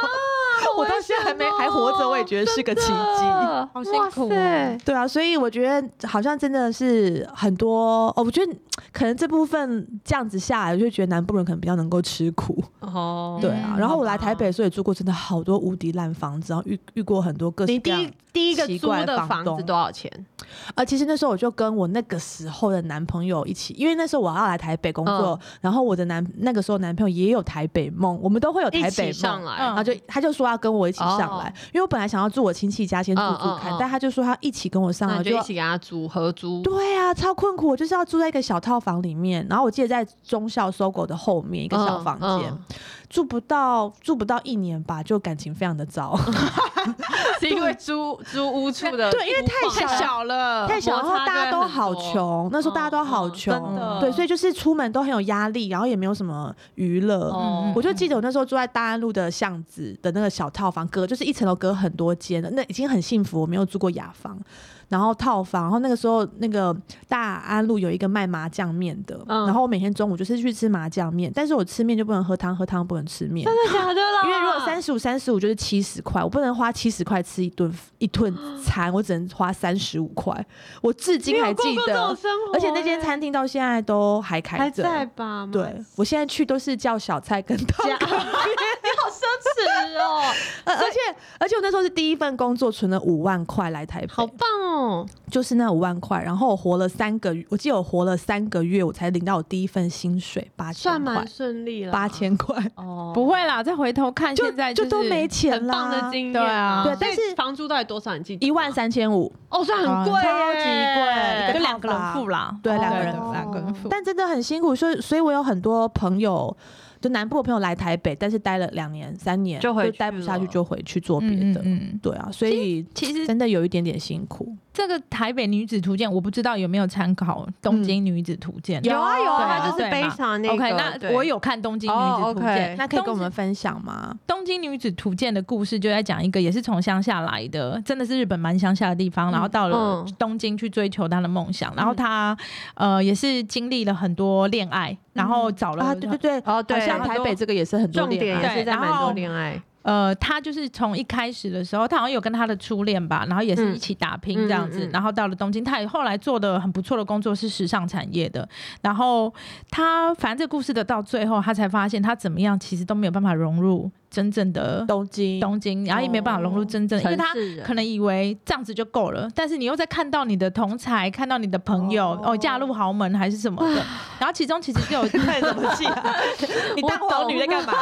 A: 我到现在还没
B: 哦
A: 还活啊着，我也觉得是个奇迹。
B: 好
C: 好辛苦哦
A: 对啊，所以我觉得好像真的是很多哦，我觉得可能这部分这样子下来，我就觉得南部人可能比较能够吃苦，
B: 哦，
A: 对啊。
C: 嗯
A: 然后
B: 好
A: 我来
B: 吧
A: 台北，所以住过真的好多无敌烂房子，然后遇遇过很多各式
B: 你
A: 各
B: 第
A: 样
B: 一第一个
A: 奇
B: 租
A: 怪的
B: 的
A: 房
B: 房子
A: 东
B: 多少钱？
A: 呃，其实那时候我就跟我那个时候的男朋友一起，因为那时候我要来台北工作，然后我的男那个时候男朋友也有台北梦，我们都会有台
B: 一
A: 北
B: 起
A: 梦
B: 上。来
A: 然后就他就说要跟我一起上来，
B: 嗯哦
A: 因为我本来想要住我亲戚家先住住看，
B: 嗯嗯嗯
A: 但他就说他一起跟我上
B: 那
A: 来，
B: 你
A: 我
B: 就一起给他租合租。
A: 对啊，超困苦，我就是要住在一个小套房里面，然后我记得在中校搜狗的后面一
B: 一
A: 个小房间，
B: 嗯
A: 住不到住不到一年吧，就感情非常的糟，
B: 是因为租租屋处的
A: 对因为
B: 屋况
A: 太小了
B: 了
A: 太小，然后
B: 摩擦就
A: 大家
B: 会
A: 都
B: 很
A: 好
B: 多
A: 穷，那时候大家都好
B: 嗯嗯
A: 穷，
B: 真的
A: 对，所以就是出门都很有压力，然后也没有什么娱乐。
B: 哦
A: 我就记得我那时候住在大安路的巷子的那个小套房，隔就是一层楼隔很多间的，那已经很幸福。我没有住过雅房，然后套房，然后那个时候那个大安路有一个卖麻酱面的，
B: 嗯
A: 然后我每天中午就是去吃麻酱面，但是我吃面就不能喝汤，喝汤不能吃面，
B: 真的 啊假的啦？
A: 因为如果三十五、三十五就是七十块，我不能花七十块吃一顿一 顿餐，我只能花三十五块。我至今还记得，，而且那间餐厅到现在都还开
B: 欸还在
A: 着。
B: 吧？妈
A: 对，我现在去都是叫小菜跟汤
B: 家，你
A: 羹，
B: 好奢侈哦，
A: 呃而且而且我那时候是第一份工作，存了五万块来台
B: 好
A: 北，
B: 棒哦！
A: 就是那五万块，然后我活了三个月，我记得我活了三个月，我才领到我第一份薪水八
B: 算
A: 千块
B: 蛮，顺利了，
A: 八千块，
B: 哦，
C: 不会啦，再回头看
A: 就
C: 现在
A: 就都
C: 是
A: 没钱
B: 很棒的
A: 啦，
B: 经验
C: 对啊
A: 对但
B: 所以
A: 是
B: 房租到底多少？你记得
A: 一
B: 吗
A: 万三千五，
B: 哦，算很
C: 啊
B: 贵耶，
A: 超级贵一
C: 就
A: 个
C: 两个人付啦，哦
A: 对
B: 两个
C: 对
B: 人付
C: 两个人付，
A: 但真的很辛苦，所以所以我有很多朋友，就南部的朋友来台北，但是待了两年、三年
B: 就回去
A: 待不下去，
B: 了
A: 就回去做别
C: 嗯
A: 的。
C: 嗯嗯
A: 对啊，所以
C: 其实
A: 真的有一点点辛苦。
C: 这个台北女子图鉴，我不知道有没有参考东京女子图鉴。
A: 嗯有啊有啊
C: 对
B: 它就是
C: 对
B: 悲
C: 嘛
B: 伤那个。
C: OK，那
B: 对
C: 我有看东京女子
B: 哦
C: 图
B: ，OK
C: 鉴。
A: 那可以跟我
C: 东京
A: 们分享吗？
C: 东京女子图鉴的故事就在讲一个也是从乡下来的，真的是日本蛮乡下的地方，然后到了
B: 嗯
C: 东京去追求她的梦想，然后她呃也是经历了很多恋爱，然后找了
A: 啊，对对对，
B: 哦，对
A: 好，像
C: 很
A: 台
C: 多
A: 北这个也是很多
B: 重
A: 恋
B: 点
A: 爱，
B: 也是
C: 对
B: 在
C: 然
B: 蛮多
C: 后
B: 恋爱，
C: 呃，他就是从一开始的时候，他好像有跟他的初恋吧，然后也是一起打拼这样
B: 嗯
C: 子，
B: 嗯嗯嗯
C: 然后到了东京，他也后来做的很不错的工作是时尚产业的，然后他反正这故事的到最后，他才发现他怎么样，其实都没有办法融入真正的
A: 东京，
C: 东京，然后也没办法融入真正的，因为他
B: 城市人
C: 可能以为这样子就够了，但是你又在看到你的同才，看到你的朋友
A: 哦
C: 哦嫁入豪门还是什么的，然后其中其实就有
A: 看什么戏啊？你
C: 我
A: 当
C: 懂
A: 狗女在干嘛？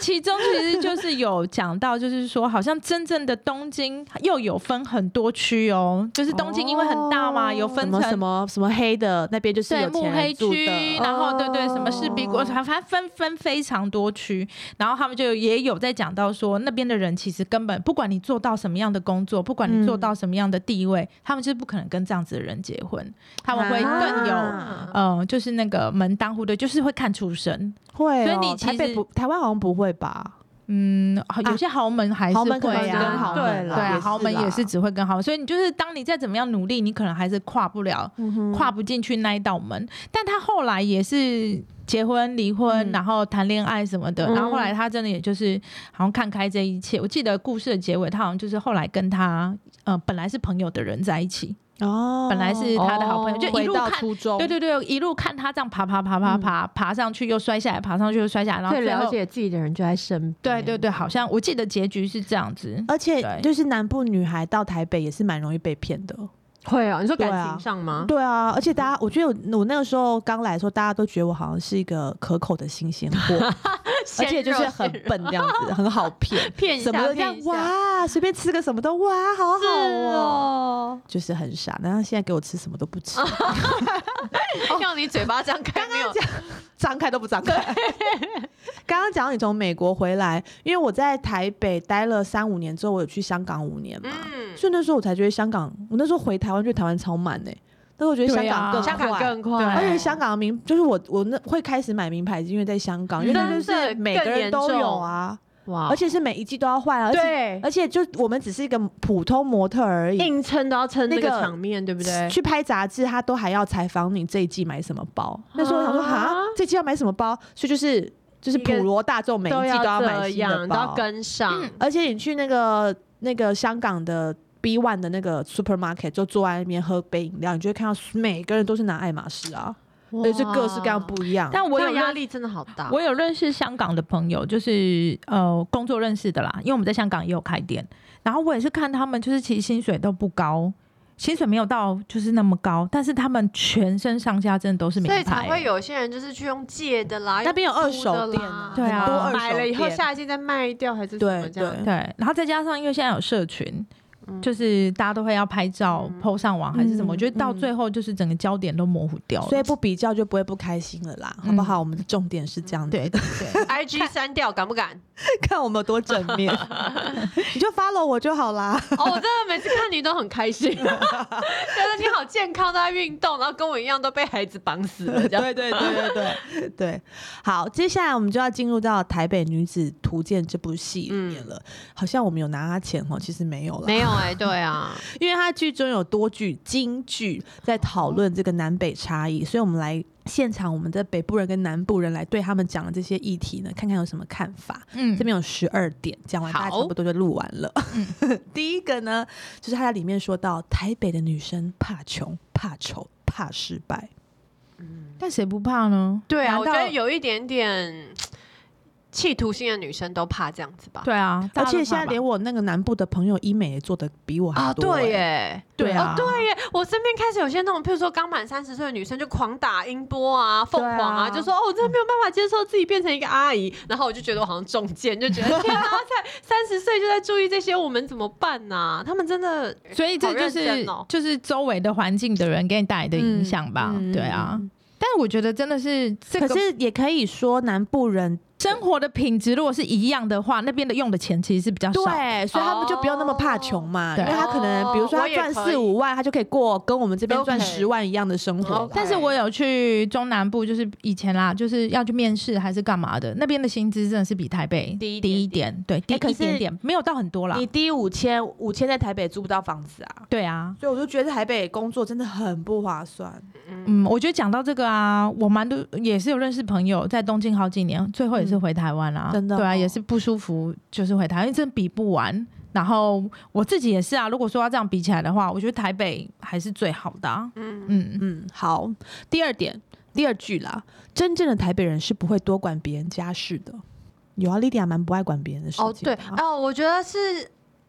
C: 其中其实就是有讲到，就是说，好像真正的东京又有分很多区哦，就是东京因为很大嘛，
B: 哦
C: 有
A: 什
C: 分
A: 么
C: 成
A: 什么什么黑的那边就是
C: 对
A: 有
C: 幕
A: 钱
C: 黑
A: 人住
C: 区，
A: 的，
C: 然后对对
B: 哦
C: 什么士比国，反正分分非常多区，然后他们就也有在讲到说，那边的人其实根本不管你做到什么样的工作，不管你
A: 嗯
C: 做到什么样的地位，他们就是不可能跟这样子的人结婚，他们会更有。
A: 啊
C: 嗯、就是那个门当户对，就是会看出身。
A: 会哦。
C: 所以你其
A: 台北
C: 实
A: 不，台湾好像不会吧？
C: 嗯，好有些豪门还是
A: 啊豪
C: 会
A: 门可能
B: 是
C: 啊
B: 跟豪门
C: 对
B: 啦
C: 对
B: 也
C: 啊，
A: 是
C: 豪门也是
A: 啦
C: 只会跟豪门，所以你就是当你再怎么样努力，你可能还是跨不了，
A: 嗯
B: 嗯
C: 跨不进去那一道门。但他后来也是结婚、离婚，
A: 嗯
C: 然后谈恋爱什么的，
B: 嗯
C: 然后后来他真的也就是好像看开这一切。我记得故事的结尾，他好像就是后来跟他呃本来是朋友的人在一起，
A: 哦，
C: 本来是他的好朋友，
B: 哦
C: 就一
A: 回
C: 路
A: 到
C: 看。
A: 初中，
C: 对对对，一路看他这样爬爬爬爬爬、爬上去，又摔下来，爬上去又摔下来，然后
B: 最
C: 最后
B: 了解嗯自己的人就在身
C: 对
B: 边。
C: 对对，好像我记得结局是这样子。
A: 而且
C: 对
A: 就是南部女孩到台北也是蛮容易被骗的，
B: 会啊，你说
A: 对啊
B: 感情上吗？
A: 对啊，而且大家，我觉得我我那个时候刚来的时候，大家都觉得我好像是一个可口的新鲜 货，而且就是很笨这样子，很好骗，
B: 骗一
A: 什么
B: 下
A: 都这样
B: 骗一下，
A: 哇，随便吃个什么都哇，好好
B: 是
A: 哦，
B: 哦，
A: 就是很傻。然后现在给我吃什么都不吃，
B: 啊让你嘴巴张开，没有
A: 张开都不张开。刚刚讲到你从美国回来，因为我在台北待了三五年之后，我有去香港五年嘛，
B: 嗯
A: 所以那时候我才觉得香港，我那时候回台湾，觉得台湾超慢哎、但是我觉得香港更
C: 对啊
A: 快，
B: 香港更快，
C: 对
A: 而且香港的
B: 嗯
A: 名就是我我那会开始买名牌，是因为在香港，因为
B: 真
A: 那就是
B: 的
A: 每个人都有啊。
B: 哇
A: 而且是每一季都要换啊，而且
B: 对，
A: 而且就我们只是一个普通模特而已。
B: 硬撑都要撑这
A: 那
B: 个
A: 个
B: 场面，对不对？
A: 去拍杂志，他都还要采访你这一季买什么包。那时候我想说，
B: 啊
A: 哈，这季要买什么包？所以就是就是
B: 一个
A: 普罗大众每一季都要买
B: 这
A: 新的
B: 样，都要
A: 包，
B: 跟上。
A: 而且你去那个那个香港的 B One 的那个 supermarket，就坐在那边喝杯饮料，你就会看到每个人都是拿爱马仕啊，
B: 哇
A: 而且是各式各样，不一样。
C: 但我
B: 我
C: 有
B: 有压
C: 认
B: 力真的好大。
C: 我有认识香港的朋友，就是呃工作认识的啦，因为我们在香港也有开店，然后我也是看他们，就是其实薪水都不高，薪水没有到就是那么高，但是他们全身上下真的都是名
B: 所
C: 牌，
B: 以才会有些人就是去用借的啦，
A: 欸那边有
B: 用
A: 二
B: 租
A: 手
B: 的啦
A: 店啊，
C: 对啊
A: 很多二手
B: 买了以后
A: 店
B: 下一季再卖掉还是什么
A: 对
B: 这样
A: 对。
C: 对，然后再加上因为现在有社群。
B: 嗯
C: 就是大家都会要拍照、
B: 嗯
C: PO 上网还是什么，
A: 嗯
C: 我觉得到最后就是整个焦点都模糊掉了。
A: 所以不比较就不会不开心了啦，好不
B: 嗯
A: 好？我们的重点是这样子，
C: 对对对，
B: I G 删掉敢不敢？
A: 看我们有多正 面，你就 follow 我就好啦。
B: 哦，我真的每次看你都很开 心，觉得你好健康，都在运动，然后跟我一样都被孩子绑 死了这样。
A: 对对对对对 对，好，接下来我们就要进入到《台北女子图鉴》这部戏里面了。好像我们有拿她钱哦，其实嗯没有啦，
B: 没有哎、对啊，
A: 因为她剧中有多句京剧在讨论这个南北差异，所以我们来现场，我们的北部人跟南部人来对他们讲的这些议题呢，看看有什么看法。
C: 嗯
A: 这边有十二点，讲完大家
B: 好
A: 差不多就录完了。 第一个呢，就是他在里面说到，台北的女生怕穷、怕丑、怕失败。
C: 但谁不怕呢？
B: 对啊，
C: 难
B: 我
C: 道
B: 觉得有一点点企图心的女生都怕这样子吧。
C: 对啊，
A: 而
C: 大家都
A: 且现
C: 怕
A: 在
C: 吧
A: 连我那个南部的朋友医美也做的比我还
B: 啊，
A: 多、
B: 对
A: 欸
B: 耶，
C: 对
B: 哦，
C: 啊
B: 对耶，我身边开始有些那种，譬如说刚满三十岁的女生就狂打音波啊、凤凰啊，
A: 对啊
B: 就说哦，我真的没有办法接受自己变成一个阿姨，然后我就觉得我好像中箭，就觉 得天啊，才三十岁就在注意这些，我们怎么办呐、他们真的
C: 所以这
B: 好
C: 就
B: 认
C: 是、
B: 真哦
C: 就是周围的环境的人给你带来的影响吧，
A: 嗯嗯
C: 对啊。
A: 嗯
C: 但我觉得真的是这
A: 可
C: 个
A: 是也可以说南部人
C: 生活的品质，如果是一样的话，那边的用的钱其实是比较少。
A: 对，所以他们就不用那么怕穷嘛，
C: 对
A: 因为他可能比如说
B: 哦我
A: 他
B: 也
A: 赚
B: 可以
A: 四五万，他就可以过跟我们这边
B: 都
A: 赚
B: 可以
A: 十万一样的生活
B: 哦
A: 了。
C: 但是我有去中南部，就是以前啦，就是要去面试还是干嘛的，那边的薪资真的是比台北
B: 低一点
C: 低一点，对，低
A: 哎可
C: 一
A: 是
C: 点点，没有到很多啦
A: 你。低五千，五千在台北租不到房子啊，
C: 对啊，
A: 所以我就觉得台北工作真的很不划算。
C: 嗯，我觉得讲到这个啊，我蛮多也是有认识朋友在东京好几年，最后也是回台湾啦、
A: 嗯真的
C: 对啊，
A: 哦
C: 也是不舒服，就是回台湾，因为真的比不完。然后我自己也是啊，如果说要这样比起来的话，我觉得台北还是最好的、啊。
B: 嗯。
C: 嗯，
A: 嗯，好，第二点，第二句啦，真正的台北人是不会多管别人家事的。有啊，莉迪亚蛮不爱管别人的事
B: 哦，
A: 情的
B: 对
A: 啊。，
B: 哦，我觉得是。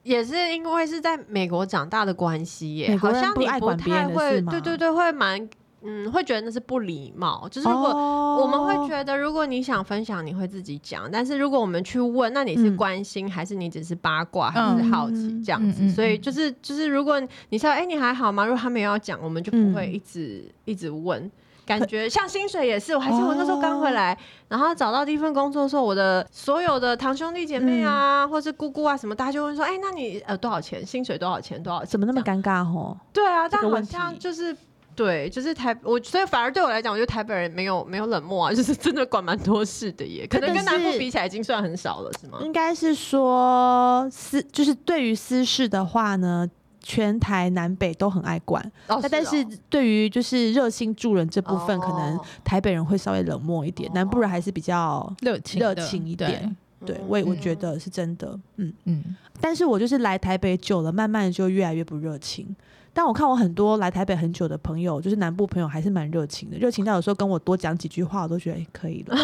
B: 也是因为是在美国长大的关系耶，
A: 美国
B: 好
A: 人
B: 像
A: 不
B: 你
A: 爱
B: 不
A: 管别
B: 太
A: 人的事
B: 会，
A: 吗
B: 对对对，会蛮嗯，会觉得那是不礼貌。就是如果
A: 哦
B: 我们会觉得，如果你想分享，你会自己讲；但是如果我们去问，那你是关心、还是你只是八卦，还是好奇
A: 嗯
B: 这样子？
C: 嗯嗯嗯
B: 所以就是就是，如果你说“哎、你还好吗？”如果他们也要讲，我们就不会
A: 嗯
B: 一直、一直问。感觉像薪水也是，我还记得我那时候
A: 哦
B: 刚回来，然后找到第一份工作的时候，我的所有的堂兄弟姐妹啊，
A: 嗯
B: 或是姑姑啊什么，大家就问说：“哎、那你呃多少钱？薪水多少钱？多少钱？”
A: 怎么那
B: 这
A: 么尴
B: 样
A: 尬吼？
B: 对啊，
A: 这
B: 但
A: 个
B: 好
A: 问
B: 像
A: 题
B: 就是对，就是台我，所以反而对我来讲，我觉得台北人没有没有冷漠啊， 就是真的管蛮多事的耶。可能
A: 真的
B: 跟南部
A: 是嗯
B: 比起来，已经算很少了，是吗？哦
A: 应该是说私，就是对于私事的话呢，全台南北都很爱管。
B: 哦
A: 那但是
B: 哦
A: 对于就是热心助人这部分，
B: 哦
A: 可能台北人会稍微冷漠一点，南部人还是比较
C: 热情的
A: 热情一点，
B: 嗯
A: 对。我也我觉得是真的，嗯。
C: 对嗯，
A: 但是我就是来台北久了，慢慢地就越来越不热情。但我看我很多来台北很久的朋友，就是南部朋友，还是蛮热情的，热情到有时候跟我多讲几句话，我都觉得、诶可以了。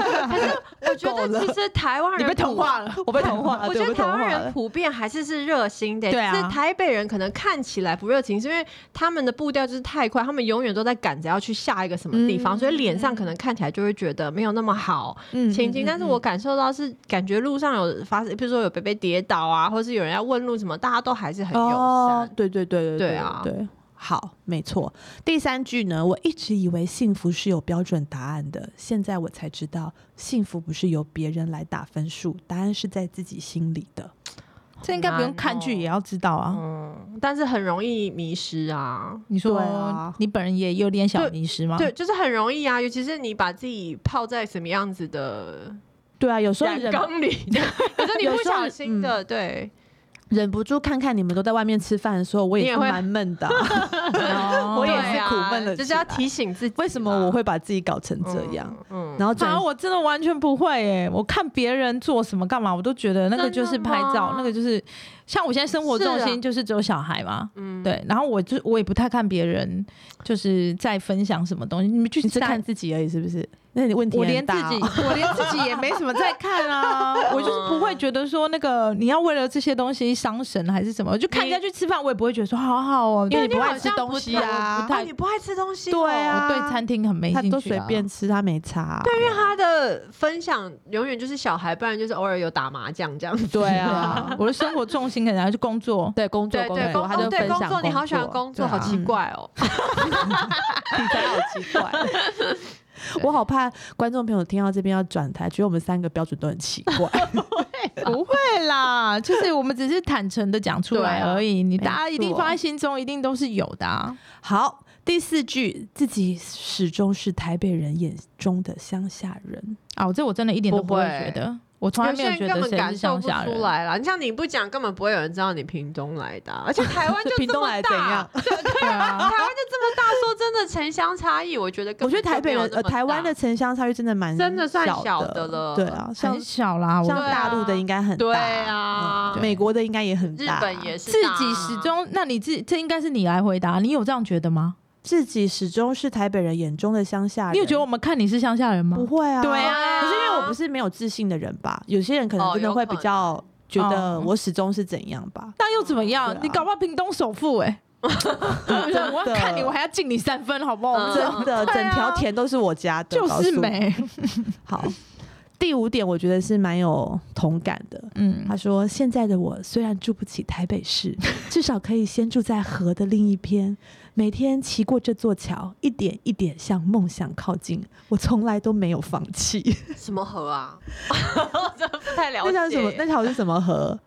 B: 我觉
A: 够
B: 得
A: 了
B: 其实台 湾人普。
C: 了，
A: 我被同 化了，
B: 我
A: 对
B: 觉得
A: 被
B: 台
A: 同
B: 湾
A: 化
B: 人
A: 了。
B: 普遍还是是热心的，
C: 对啊
B: 只是台北人可能看起来不热情，是因为他们的步调就是太快，他们永远都在赶着要去下一个什么地方，
A: 嗯
B: 所以脸上可能看起来就会觉得没有那么好，
A: 嗯
B: 情境，但是我
A: 嗯
B: 感受到是感觉路上有发生，比如说有被被跌倒啊，或是有人要问路什么，大家都还是很友善。
A: 哦，对对对对
B: 对啊
A: 对，好，没错。第三句呢，我一直以为幸福是有标准答案的，现在我才知道，幸福不是由别人来打分数，答案是在自己心里的。
C: 这应该不用看剧也要知道啊。
B: 嗯，但是很容易迷失啊。
C: 你说、
A: 对啊
C: 你本人也有点小迷失吗？
B: 啊对，，就是很容易啊，尤其是你把自己泡在什么样子的
A: 对啊，有时候
B: 染
A: 忍
B: 缸里，可是你
A: 有
B: 不
A: 时候嗯
B: 小心的，对，
A: 忍不住看看你们都在外面吃饭的时候，我也
B: 你也
A: 是
B: 会
A: 蛮闷的啊、
C: 哦
A: 我也
B: 对啊
A: 是苦闷了
B: 就是
A: 起
B: 要
A: 来
B: 提醒自己啦，
A: 为什么我会把自己搞成这样？
B: 嗯？嗯，
A: 然后
C: 啊，
A: 转
C: 我真的完全不会诶、我看别人做什么干嘛，我都觉得那个
B: 真的
C: 就是拍照
B: 吗，
C: 那个就是像我现在生活
B: 是啊
C: 重心就是只有小孩嘛。
B: 嗯，
C: 对，然后我就我也不太看别人，就是在分享什么东西。你们去
A: 你是
C: 大
A: 看自己而已，是不是？那你问题
C: 我连
A: 很
C: 自
A: 大
C: 己
A: 哦，
C: 我连自己也没什么在看啊。我就是不会觉得说那个你要为了这些东西伤神还是什么，我就看人家去吃饭，我也不会觉得说好好哦。
A: 因为
C: 对
A: 你不爱吃
B: 好像
A: 东
B: 不
A: 西
B: 太
A: 啊，
C: 不太
B: 哦你不爱吃东西哦，
A: 对啊
C: 我对餐厅很没兴
A: 他
C: 趣、啊，
A: 都随便吃，他没差啊、
B: 因为他的分享永远就是小孩，不然就是偶尔有打麻将这样子。
A: 对
C: 对啊，
A: 啊，。
C: 我的生活重心可能还是工作
A: 对工作
B: 对
A: 工
B: 对，
A: 作，
B: 工
A: 他就
B: 作
A: 分
B: 对
A: 享
B: 工作，你好喜欢工作，
A: 对
B: 好
A: 啊
B: 奇怪哦。
A: 你才好奇怪。我好怕观众朋友听到这边要转台，觉得我们三个标准都很奇 怪。
C: 不会啦，就是我们只是坦诚的讲出来
B: 对啊
C: 而已，你
A: 没
C: 大家一定
A: 错
C: 放在心中，一定都是有的、啊。
A: 好，第四句，自己始终是台北人眼中的乡下人。
C: 哦，这我真的一点都
B: 不
C: 不会
B: 会
C: 觉得，我从来
B: 有
C: 没
B: 些人
C: 觉
B: 根
C: 得
B: 本
C: 谁是
B: 感受
C: 乡
B: 不
C: 下人
B: 出。来啦，你像你不讲，根本不会有人知道你屏东来的啊、而且台湾就
A: 屏
B: 这
A: 东来
B: 么
A: 的怎
B: 大
A: 样，
B: 台湾就
C: 对啊，
B: 这么大，说真的，城乡差异，我觉得根
A: 我觉
B: 本
A: 得
B: 就
A: 台北
B: 没有
A: 人
B: 那
A: 呃
B: 么
A: 台湾
B: 大
A: 的城乡差距真的蛮
B: 真的算
A: 小
B: 小的了
A: 对啊，像
C: 很小啦，我
A: 像
B: 对啊
A: 大陆的应该很大，
B: 对啊
A: 嗯
C: 对
A: 美国的应该也很
B: 日
A: 大，
B: 本也是
C: 自
B: 大啊
C: 己始终，那你自这应该是你来回答，你有这样觉得吗？
A: 自己始终是台北人眼中的乡下人。
C: 你有觉得我们看你是乡下人吗
A: 不？会啊？
C: 对
B: 啊
A: 可是因为我不是没有自信的人吧？有些人可能
B: 哦
A: 真的
B: 有
A: 会
B: 可
A: 比较觉得
C: 哦
A: 我始终是怎样吧。
C: 那又怎么样？
A: 对啊
C: 你搞不好屏东首富 哎、对
A: 真的
C: 我要看你，我还要敬你三分，好不好？
B: 嗯
C: 这
A: 真的，
C: 对啊
A: 整条田都是我家的，
C: 啊就
A: 告
C: 是
A: 诉你
C: 美，
A: 好。第五点，我觉得是蛮有同感的。
C: 嗯
A: 他，说：“现在的我虽然住不起台北市， 至少可以先住在河的另一边，每天骑过这座桥，一点一点向梦想靠近。我从来都没有放弃。
B: 什么河啊，真的不太了
A: 那条是
B: 解。
A: 什么？那条是什么河？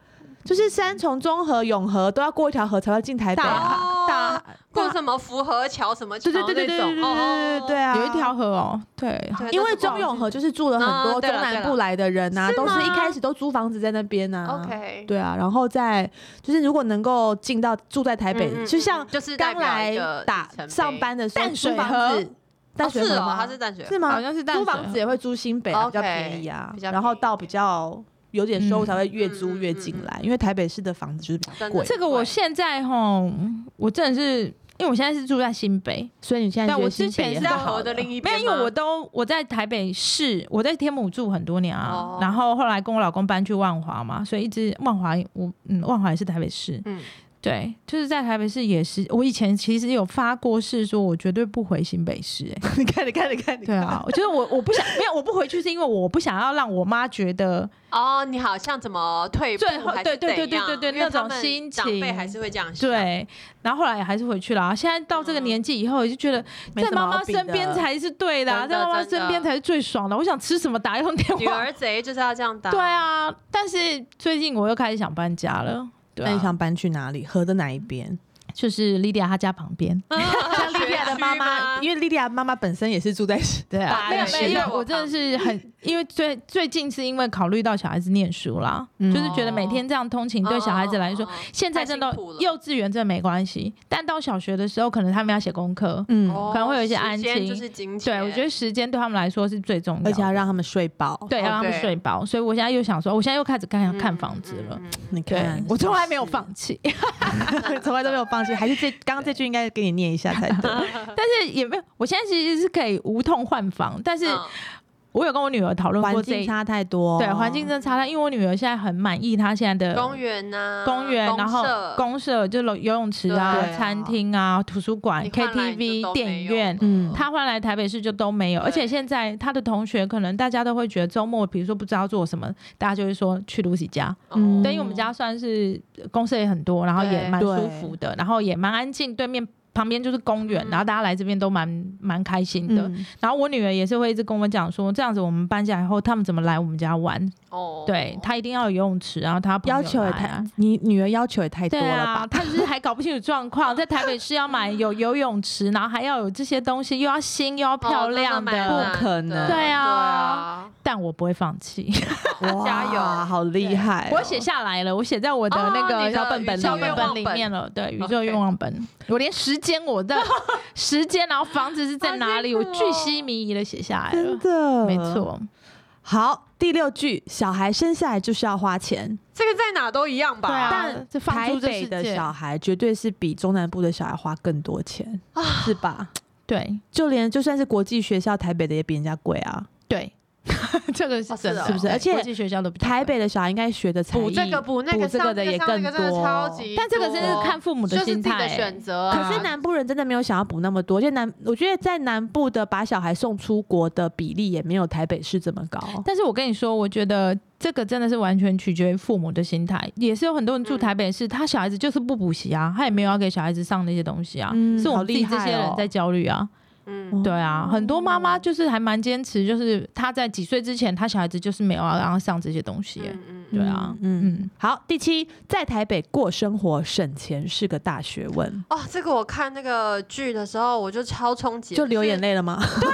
A: 就是三重、中河、永和都要过一条河才会进台北啊。
B: 大
A: 大
B: 过什么福河桥什么桥
A: 对
B: 那
A: 对对对对
B: 种？
A: 对对对
B: 哦
A: 对，啊！
C: 有一条河哦，对，
B: 对
A: 因
B: 那
A: 为
B: 是
A: 中
B: 广
A: 永和就是住了很多
B: 啊对
A: 中
B: 了
A: 南部来的人啊，
B: 对
A: 都
B: 了
A: 是
B: 是
A: 一
B: 吗
A: 开始都租房子在那边啊。
B: OK，
A: 对啊，然后再就是如果能够进到住在台北，
B: 嗯嗯
A: 就
B: 嗯
A: 像
B: 就是代
A: 刚
B: 表一
A: 来
B: 个
A: 打
B: 里程碑
A: 上班的时候，
C: 淡水
A: 租房子
C: 河
A: 淡水
B: 哦是
A: 河
B: 哦，
A: 吗？
B: 它是淡水河，
A: 是吗？
C: 好像是淡
A: 租
C: 水
A: 房子也会租新北啊，比较
B: OK，
A: 便宜啊
B: 比，较
A: 然后
B: 便宜
A: 到比较有点收入
C: 嗯
A: 才会越租越进来，因为台北市的房子就是比较
B: 真的
A: 贵。
C: 这个我现在吼，我真的是，因为我现在是住在新北，
A: 所以你现在
C: 但
A: 觉
C: 我
A: 得
C: 之
A: 新北啊
C: 前
A: 也
B: 是
A: 很
B: 在
A: 好
B: 河的另一
C: 没
B: 边
C: 有，
B: 吗，
C: 因为我都我在台北市，我在天母住很多年啊，
B: 哦
C: 然后后来跟我老公搬去万华嘛，所以一直万华，我嗯，万华也是台北市，
B: 嗯
C: 对，就是在台北市也是，我以前其实有发过誓，说我绝对不回新北市、欸，
A: 你看，你看，你看，你
C: 对
A: 看，
C: 啊，我觉得我我不想没有，我不回去是因为我不想要让我妈觉得
B: 哦，你好像怎么退步
C: 最后
B: 还是
C: 对对对
B: 怎样
C: 对对
B: 因
C: 对
B: 为
C: 那种
B: 他们
C: 心
B: 长辈
C: 情
B: 还是会这样想。
C: 对，然后后来也还是回去了啊。现在到这个年纪以后，我就觉得
A: 没
C: 在
A: 什么
C: 妈
A: 好
C: 妈
A: 比
C: 身边
A: 的
C: 才是对的啊、
B: 真
C: 在
B: 的
C: 妈妈
B: 真的
C: 身边才是最爽的。我想吃什么打一通电
B: 女
C: 话。
B: 儿贼就是要这样打。
C: 对 啊，但是最近我又开始想搬家了。对
A: 那你
C: 啊，
A: 想搬去哪里？河的哪一边？
C: 就是莉迪亚她家旁 边。
B: 啊，像
A: 莉莉亚的妈
C: 啊
A: 妈，因为莉莉亚妈妈本身也是住在
C: 对
B: 啊
C: 没有
B: 大概
C: 没
B: 是在
C: 有，
B: 我
C: 我真的 是很，因为最最近是因为考虑到小孩子念书啦，
A: 嗯
C: 就是觉得每天这样通勤对小孩子来
B: 哦
C: 说，现在真的
B: 太辛苦了
C: 幼稚园真的没关系，但到小学的时候，可能他们要写功课，
A: 嗯，
B: 哦
C: 可能会有一些安
B: 时间
C: 静
B: 就是金嗯钱。
C: 对我觉得时间对他们来说是最重要的，
A: 而且要让他们睡饱。
C: 对，
B: 哦
C: 要让他们
B: 对
C: 睡饱。所以我现在又想说，我现在又开始看
B: 嗯
C: 看房子了。。
B: 嗯
A: 你
C: 对
A: 看，，
C: 我从来没有 放弃，
A: 从来都没有放弃，还是这刚刚这句应该给你念一 下才对。
C: 但是也没有。我现在其实是可以无痛换房，但是
B: 嗯
C: 我有跟我女儿讨论
A: 环
C: 过这
A: 境
C: 一，
A: 差哦太多，
C: 对环境真的差太，因为我女儿现在很满意她现在
B: 嗯
C: 的
B: 公园呐，
C: 公园，然后
B: 舍
C: 公社就是游游泳池啊
B: 对啊、
C: 餐厅啊、图书馆、
B: 你换来你就
C: KTV、
B: 都
C: 电
B: 没
C: 影
B: 有
C: 院
B: 了。
A: 嗯
C: 她换来台北市就都没有，而且
B: 对
C: 现在她的同学可能大家都会觉得周末，比如说不知道做什么，大家就会说去 Lucy 家，
B: 哦
A: 嗯
C: 对，因为我们家算是公司也很多，然后也
B: 对
C: 蛮舒服的，然后也蛮安静，对面。旁边就是公园，然后大家来这边都蛮蛮开心的。
A: 嗯
C: 然后我女儿也是会一直跟我讲说，这样子我们搬下来后，他们怎么来我们家玩？
B: 哦
C: 对她一定要有游泳池，然后她朋友
A: 要求也
C: 来
A: 太
C: 啊。，
A: 你女儿要求也太多
C: 对
A: 了
C: 啊
A: 吧，？
C: 她就是还搞不清楚状况，在台北市要买有游泳池，然后还要有这些东西，又要新又要
B: 哦
C: 漂亮的，
A: 不可能
B: 对
C: 对
B: 啊
C: 啊，但我不会放弃。
A: 哇，
B: 加油
A: 好厉害哦！
C: 我写下来了，我写在我的
B: 哦
C: 那
B: 你
C: 个
B: 的
C: 小本本
A: 宇宙
C: 小本
A: 愿
B: 望
C: 本里
B: 本
C: 面了。对，宇
B: OK
C: 宙愿望本，我连时间我的时间，然后房子是在哪里，
B: 好
C: 我
B: 辛苦哦
C: 巨细靡遗的写下来
A: 真
C: 了。
A: 的
C: 没。错，
A: 好，第六句，小孩生下来就是要花钱，
B: 这个在哪都一样吧？
C: 对啊
A: 但
C: 这放
A: 台
C: 逐这
A: 北
C: 世
A: 的
C: 界
A: 小孩绝对是比中南部的小孩花更多钱，
C: 啊
A: 是吧？
C: 对
A: 就连就算是国际学校，台北的也比人家贵啊。
C: 对， 这个是
B: 哦
C: 真
B: 是
C: 的，
B: 哦
A: 是不是
C: 对
A: 而且
C: 国际学校都比较
A: 台
C: 贵
A: 北的小孩应该学的才
B: 补
A: 艺，
B: 这个补那
A: 补
B: 个，
A: 这
B: 上
A: 个的
B: 那
A: 也
B: 上
A: 更
B: 那个真的
A: 多
B: 超级多，
C: 但这个真是看父母
B: 就是自
C: 心
B: 己
C: 态
B: 的
C: 欸，
B: 选择啊。
A: 可是南部人真的没有想要补那么多，而且南我觉得在南部的把小孩送出国的比例也没有台北市这么高。
C: 但是我跟你说，我觉得这个真的是完全取决于父母的心态，也是有很多人住台北市，他小孩子就是不补习啊，他也没有要给小孩子上那些东西啊，
A: 嗯
C: 是我
A: 好
C: 们自
A: 厉
C: 己这
A: 害
C: 些人
A: 哦
C: 在焦虑啊。
B: 嗯，
C: 对啊，很多妈妈就是还蛮坚持，就是她在几岁之前，她小孩子就是没有要让她上这些东西耶、
B: 嗯嗯
C: 对啊，
A: 嗯
C: 嗯，
A: 好，第七，在台北过生活省钱是个大学问，
B: 哦，这个我看那个剧的时候，我就超冲击，
A: 就流眼
B: 泪。
A: 泪了吗？
B: 我有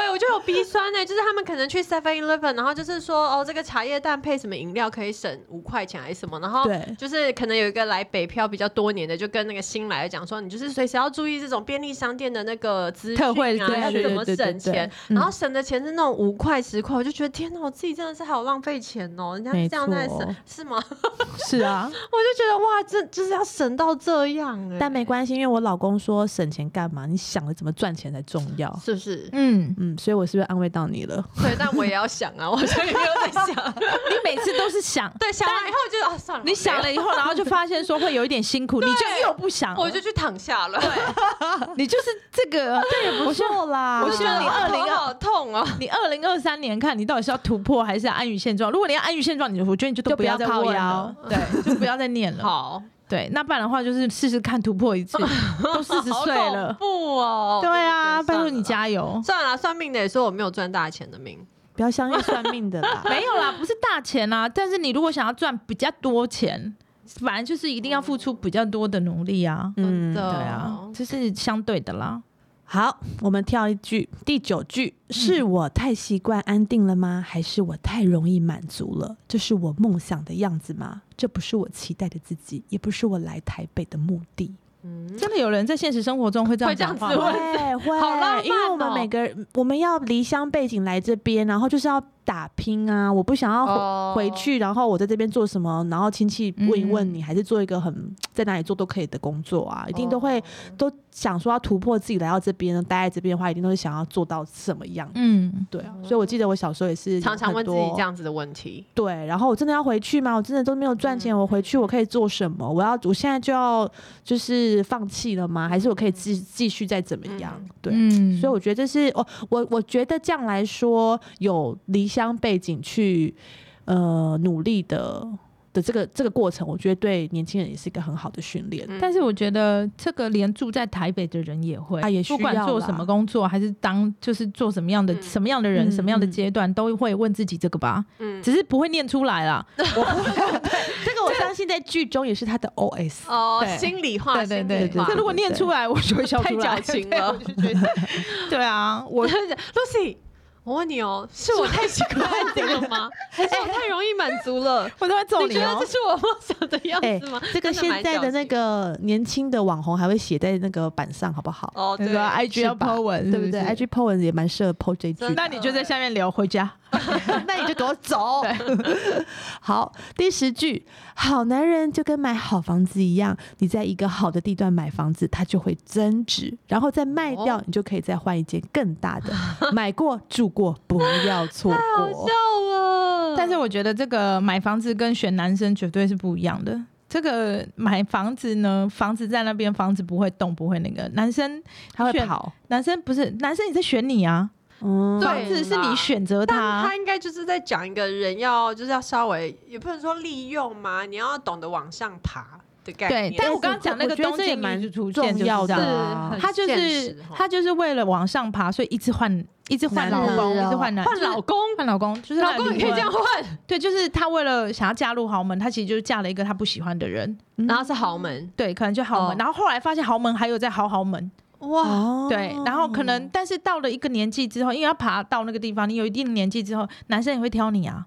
B: 哎、我就有鼻酸哎、就是他们可能去 Seven Eleven，然后就是说哦，这个茶叶蛋配什么饮料可以省五块钱还是什么，然后
A: 对
B: 就是可能有一个来北漂比较多年的，就跟那个新来的讲说，你就是随时要注意这种便利商店的那个资讯
C: 特惠
B: 啊，
C: 对
B: 要
A: 对
B: 怎么
A: 对对
B: 省
A: 对
B: 钱，
C: 嗯
B: 然后省的钱是那种五块十块，我就觉得天哪，我自己真的是好浪费钱哦，人家
A: 没
B: 这样在省
A: 错
B: 是吗？ 我
A: 是啊，
B: 就觉得哇，这就是要省到这样哎、
A: 但没关系，因为我老公说省钱干嘛？你想着怎么赚钱才重要。
B: 是不是？
C: 嗯，
A: 嗯，所以我是不是安慰到你了？
B: 对，但我也要想啊，我好像也没有在想。
C: 你每次都是想，
B: 对，想完以后就啊，算了，
C: 你想
B: 好累哦
C: 了以后，然后就发现说会有一点辛苦，你就又不想了，
B: 我就去躺下了。
C: 你就是这个，这也不错啦我
B: 就觉
C: 希
B: 得
C: 望你
B: 我头
C: 二零
B: 好
C: 二。
B: 痛哦。
C: 你二零二三年看你到底是要突破还是要安于现状？如果你要安于现状，你就我觉得你就都
A: 就不要
C: 要再
A: 靠
C: 问
A: 腰
C: 了，对，就不要再念了。
B: 好，
C: 对，那不然的话就是试试看突破一次，都四十
B: 好
C: 岁
B: 恐
C: 了，
B: 怖哦。
C: 对啊，拜
B: 算
C: 托
B: 了
C: 你
B: 啦。
C: 加油。。
B: 算了，算命的也说我没有赚大钱的命。
A: 不要相信算命的啦
C: 没有啦，不是大钱啦、但是你如果想要赚比较多钱，反正就是一定要付出比较多的努力啊。
B: 真
A: 嗯，
B: 的
C: 对啊，这是相对的啦。
A: 好，我们跳一句，第九句
B: 嗯
A: 是我太习惯安定了吗？还是我太容易满足了？这是我梦想的样子吗？这不是我期待的自己，也不是我来台北的目的。
B: 嗯，
C: 真的有人在现实生活中会这样
B: 会这样
C: 讲话
B: 子
C: 吗
B: 问
A: 会会，
B: 好浪漫
A: 因为我们
B: 哦
A: 每个人我们要离乡背景来这边，然后就是要打拼啊！我不想要回、
B: 哦
A: 回去，然后我在这边做什么，然后亲戚问一问
C: 嗯
A: 你，还是做一个很在哪里做都可以的工作啊！一定都
B: 哦
A: 会、都想说要突破自己来到这边，待在这边的话，一定都是想要做到什么样。
C: 嗯，
A: 对啊，所以我记得我小时候也是
B: 常常
A: 有很
B: 问自
A: 多
B: 己这样子的问题。
A: 对，然后我真的要回去吗？我真的都没有赚钱，我
B: 嗯
A: 回去我可以做什么？我要我现在就要就是放弃了吗？还是我可以继继续再怎么样？
B: 嗯
A: 对，
C: 嗯
A: 所以我觉得这是哦，我我觉得这样来说，有离乡背景去呃努力的的这个这个过程，我觉得对年轻人也是一个很好的训练。
B: 嗯
C: 但是我觉得这个连住在台北的人也会，
A: 啊也需
C: 不
A: 要
C: 管做什么工作，还是当就是做什么样的、
B: 嗯
C: 什么样的人、
A: 嗯
C: 什么样的
A: 嗯
C: 阶段，都会问自己这个吧，
B: 嗯，
C: 只是不会念出来啦。
A: 这个我相信在剧中也是他的 OS。
B: 哦，
C: 对
B: 心里话，
C: 对
B: 心
C: 对
B: 里
A: 对
B: 话
C: 这。如果念出来，我就会笑
B: 太
C: 出
B: 矫
C: 来。
B: 情
C: 对
B: 了
C: 我就觉得对啊，我
B: 我就讲 Lucy，我问你哦，是我太习惯安定 了吗？还是我太容易满足了？
C: 我都会揍
B: 你觉得
C: 哦
B: 这！是我梦想的样
A: 哎、
B: 子吗？
A: 这个
B: 真的蛮
A: 现在的
B: 矫
A: 那
B: 情
A: 个年轻的网红还会写在那个板上，好不好？
B: 哦，
C: 你
B: 对
C: 说 IG 要
A: 是吧
C: po
B: 嗯
C: 文，
A: 对不对
C: ？IG，
A: ？IG po 文也蛮适合 po 这一句
B: 真
A: 的。
B: 的
C: 那你就在下面留回家。
A: 那你就给我走。 好，第十句，好男人就跟买好房子一样，你在一个好的地段买房子，它就会增值，然后再卖掉，
B: 哦
A: 你就可以再换一间更大的。 买过住过，不要错过。
B: 笑了。
C: 但是我觉得这个买房子跟选男生绝对是不一样的。这个买房子呢，房子在那边，房子不会动，不会那个。男生
A: 他会
C: 选
A: 跑，
C: 男生不是男生，你在选你啊，
A: 嗯，
B: 对
C: 房子是你选择
B: 但
C: 他
B: 他。应该就是在讲一个人要就是要稍微也不能说利用嘛，你要懂得往上爬。的概
C: 对
B: 念。，
C: 但我刚刚讲那个
A: 我觉得
C: 东
A: 这也
C: 京
A: 蛮
C: 女子图
A: 重
C: 鉴就是
A: 要
C: 这
A: 的
C: 样
B: 是
A: 啊
B: 很
C: 他就
B: 现
C: 是
B: 实哦
C: 他就是为了往上爬，所以一直换，一直换
A: 男
C: 老公，
A: 人
C: 一直换男，
B: 换老公，
C: 换老公，就是
B: 老
C: 她
B: 公也
C: 离
B: 可以这
C: 婚
B: 样换，
A: 嗯
C: 对，就是她为了想要嫁入豪门，她其实就是嫁了一个她不喜欢的人，
B: 然后是豪门，
C: 对，可能就豪门，
B: 哦
C: 然后后来发现豪门还有在豪豪门，
B: 哇，
A: 哦
C: 对，然后可能但是到了一个年纪之后，因为要爬到那个地方，你有一定的年纪之后，男生也会挑你啊，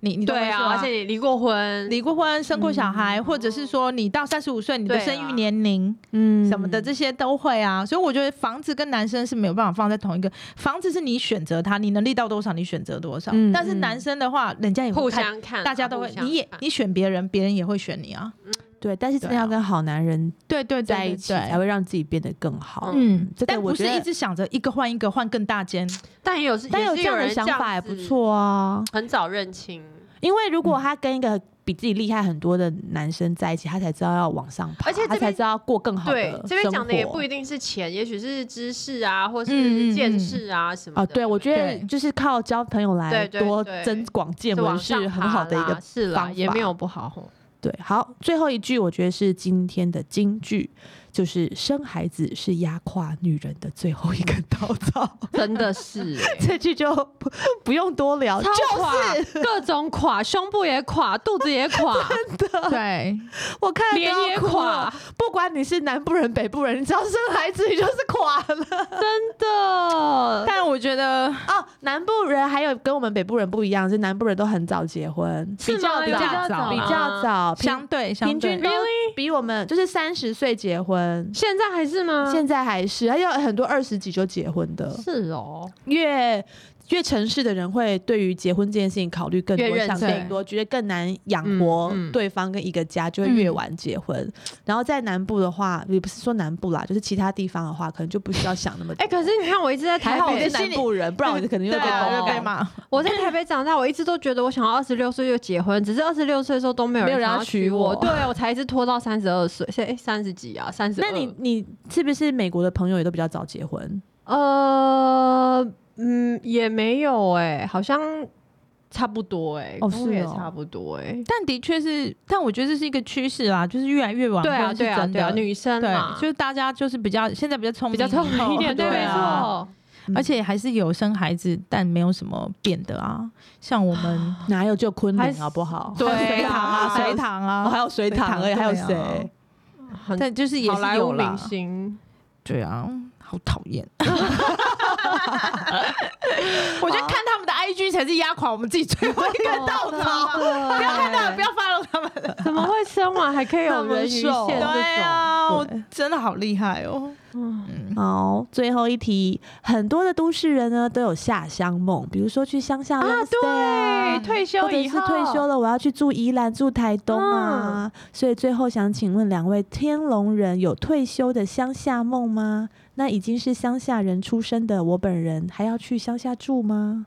C: 你你懂我
B: 对
C: 意思
B: 啊，而
C: 吗
B: 且？你离过婚，
C: 离过婚、生过小孩，或者是说你到三十五岁，你的
B: 对啊
C: 生育年龄
A: 嗯
C: 什么的，这些都会啊。所以我觉得房子跟男生是没有办法放在同一个房子，是你选择他，你能力到多少，你选择多少
A: 嗯。
C: 但是男生的话，人家也会
B: 互
C: 看
B: 相看，啊
C: 大家都会
B: 互，相
C: 你也
B: 看
C: 你选别人，别人也会选你啊。
A: 对，但是真的
C: 对啊
A: 要跟好男人
C: 对对
A: 在一起，才会让自己变得更好。
C: 嗯
A: 嗯这个
C: 但
A: 我
C: 不
A: 觉
C: 是
A: 得
C: 一直想着一个换一个换更大间，
B: 但也有
A: 但
B: 也
A: 有
B: 是
A: 这样的
B: 人
A: 想法也
B: 子
A: 不，错啊，
B: 很早认清，
A: 因为如
B: 嗯
A: 果他跟一个比自己厉害很多的男生在一起，他才知道要往上爬，
B: 而且这
A: 他才
B: 边
A: 知道要过更好的
B: 对
A: 生活。，
B: 这边讲的也不一定是钱，也许是知识啊，或
C: 嗯嗯
B: 是
C: 嗯
B: 见识啊什么
A: 啊，
B: 的。
A: 对，我觉得
C: 对
A: 就是靠交朋友来
B: 对对
A: 多
B: 对
A: 增广见
B: 是往
A: 闻
B: 上
A: 是很
B: 爬
A: 好的一
B: 啦
A: 个
B: 是啦
A: 方，
B: 也
A: 法
B: 没有不好 吼。
A: 对。好，最后一句我觉得是今天的金句，就是生孩子是压垮女人的最后一根稻 草。
B: 真 的是、欸，
A: 这句就不不用多聊，就
B: 超垮，各种垮，胸部也垮，肚子也 垮，
C: 对，
A: 我看
B: 脸
A: 都要
B: 也
A: 哭
B: 垮
A: 了，不管你是南部人、北部人，你只要生孩子，你就是垮了。
B: 真 的。
C: 但我觉得
A: 哦，南部人还有跟我们北部人不一样，是南部人都很早结婚，
B: 是
A: 比较
B: 吗
A: 比较
C: 比较早
B: 啊
A: 比
C: 吗
A: 较早，
C: 相
A: 平
C: 对相
A: 平均
C: 对
A: 都比我们就是三十岁结婚。
B: 现在还是吗？
A: 现在还是，还有很多二十几就结婚的，
B: 是哦，
A: 越越城市的人会对于结婚这件事情考虑更
B: 越
A: 多，
B: 认
A: 想
B: 真
A: 更多，觉得更难养活
B: 嗯嗯嗯
A: 对方跟一个家，就会越晚结婚。然后在南部的话，也不是说南部啦，就是其他地方的话，可能就不需要想那么多。
B: 哎、可是你看，我一直在台
A: 还好我
B: 北
A: 是，南部人，不然我就肯定会被
B: 对啊
A: 公
C: 就
A: 干
C: 被骂。
B: 我在台北长大，我一直都觉得我想要二十六岁就结婚，只是二十六岁的时候都没有
A: 没有人
B: 想
A: 要
B: 要
A: 娶
B: 娶
A: 我
B: 对我才一直拖到三十二岁，现在三十几啊，三十。
A: 那你你是不是美国的朋友也都比较早结婚？
B: 呃，嗯，也没有哎、好像差不多哎、
A: 哦
B: 跟我也
A: 是哦
B: 差不多哎、
C: 但的确是，但我觉得这是一个趋势啦，就是越来越晚
B: 对
C: 婚
B: 啊，
C: 是
B: 对啊，
C: 真
B: 对啊，
C: 的。
B: 女生嘛，
C: 对，就是大家就是比较现在比较聪
B: 比
C: 明，
B: 较聪明一点，
C: 对
B: 对，没
C: 啊
B: 错。
C: 而且还是有生孩子，但没有什么变的啊。像我们
A: 哪有就昆
B: 还
A: 凌
B: 是
A: 好不好？
B: 对啊
C: 水塘啊，
A: 还有
C: 水塘
A: 哦，还有水塘
C: 啊，
A: 而已，还
C: 水塘
A: 有
C: 对啊
A: 谁？
B: 很
C: 但就是也
B: 好
C: 是
B: 莱
C: 有
B: 坞
C: 啦
B: 明。星，
C: 对啊，好讨厌。我觉得看他们的 IG 才是压垮我们自己最后一根稻
B: 哦
C: 草。 不要看他们，不要 follow 他们。
B: 怎么会生完还可以有人鱼线
A: 那么瘦
B: 这种？
C: 对啊，
A: 对
C: 我真的好厉害哦。
A: 好，最后一题，很多的都市人呢都有下乡梦，比如说去乡下 homestay 啊
B: 对，退休
A: 或者
B: 以
A: 是
B: 后
A: 退休了，我要去住宜兰、住台东啊。所以最后想请问两位天龙人，有退休的乡下梦吗？那已经是乡下人出身的我本人，还要去乡下住吗？
B: 嗯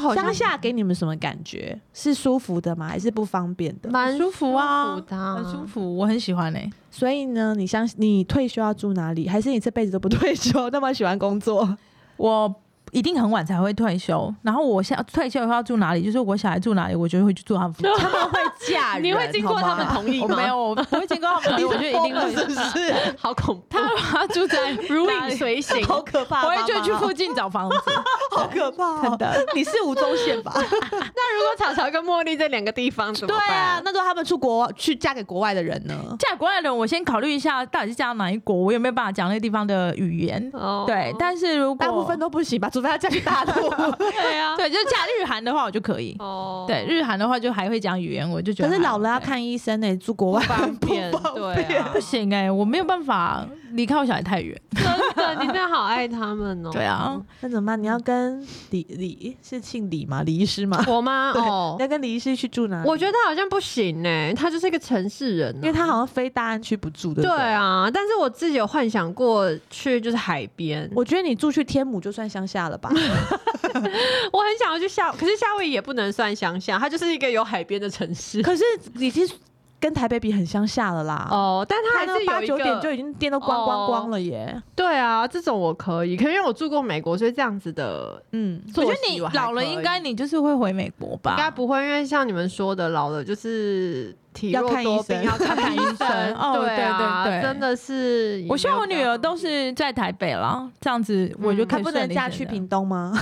B: 好像
A: 乡下给你们什么感觉？是舒服的吗？还是不方便的？
B: 蛮
C: 舒服
B: 舒
C: 啊
B: 服的啊
C: 很舒服，我很喜欢欸诶。
A: 所以呢，你相你退休要住哪里？还是你这辈子都不退休？那么喜欢工作？
C: 我一定很晚才会退休，然后我下退休以后要住哪里？就是我小孩住哪里，我就会去住他们附近。
A: 他们会 嫁人，
B: 你会经过他们
A: 好吗
B: 同意
C: 我
B: 吗？
C: 没有，，我不会经过他们同意，我就一定
A: 疯了是
C: 会。
A: 不是？
B: 好恐怖，
C: 他他住在
B: 如影
C: 哪里
B: 随 形。
A: 好可怕！
C: 我会就
A: 妈妈
C: 去附近找 房子。
A: 好可怕、哦！
C: 真的，
A: 你是吴宗宪吧？
B: 那如果草草跟茉莉这两个地方 怎么
A: 对啊
B: 办？，
A: 那如果他们出国去嫁给国外的人呢？
C: 嫁国外的人，我先考虑一下到底是嫁到哪一国，我有没有办法讲那个地方的语言。
B: 哦
C: 对，但是如果
A: 大部分都不行吧，除非他嫁去大 陆。
B: 对啊，
C: 对，就嫁日韩的话，我就可以。
B: 哦
C: 对，日韩的话就还会讲语言，我就觉
A: 可
C: 得
A: 是
C: 还
A: 老了要
C: OK
A: 看医生呢、欸住国外
B: 方便，对啊
C: 不，行哎、我没有办法离开我小孩太远。
B: 真的，你真的好爱他们哦。
C: 对啊，
A: 那怎么办？你要跟李李是姓李吗？李医师吗？
B: 我妈
A: 对
B: 哦
A: 你，要跟李医师去住哪里？
B: 我觉得他好像不行呢，他就是一个城市人啊，
A: 因为他好像非大安区不住，对不
B: 对
A: 对？。
B: 啊，但是我自己有幻想过去就是海边，
A: 我觉得你住去天母就算乡下了 吧，
B: 我很想要去夏，可是夏威夷也不能算乡下，它就是一个有海边的城市。
A: 可是已经跟台北比很乡下了啦。
B: 哦，但它还
A: 看到
B: 是
A: 八
B: 有一
A: 九点就
B: 个
A: 已经店都关光
B: 哦
A: 光了耶。
B: 对啊，这种我可以，可是因为我住过美国，所以这样子的
A: 嗯，
C: 我
B: 作
C: 觉
B: 息
C: 得你
B: 还
C: 老了
B: 可以
C: 应该你就是会回美国吧？
B: 应该不会，因为像你们说的，老了就是体
A: 要
B: 弱
A: 看医
B: 多病，
A: 生
B: 要看
C: 看医
B: 医生
C: 生。 哦
B: 啊，
C: 对对对
B: 真的是。
C: 我希望我女儿都是在台北啦，这样子我就
B: 嗯
C: 可
A: 她
C: 以
A: 不
C: 顺
A: 能
C: 利
A: 嫁
C: 选
A: 去
C: 择。
A: 屏东 吗？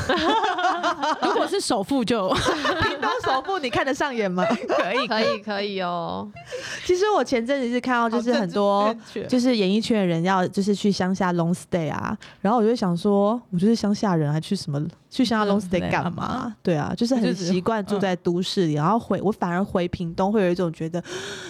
C: 如果是首富就
A: 屏东首富，你看得上眼吗？
C: 可以，
B: 可以可以哦，
A: 其实我前阵子是看到，就是很
C: 哦
A: 多就是演艺圈的人要就是去乡下 long stay 啊，然后我就想说，我就是乡下人，还去什么去乡下 long
C: 真的
A: stay
C: 很累
A: 干
C: 干
A: 嘛
C: 嘛？
A: 对啊，就是
C: 我
A: 很
C: 就只嗯
A: 习惯住在都市里，然后回我反而回屏东会有一种觉得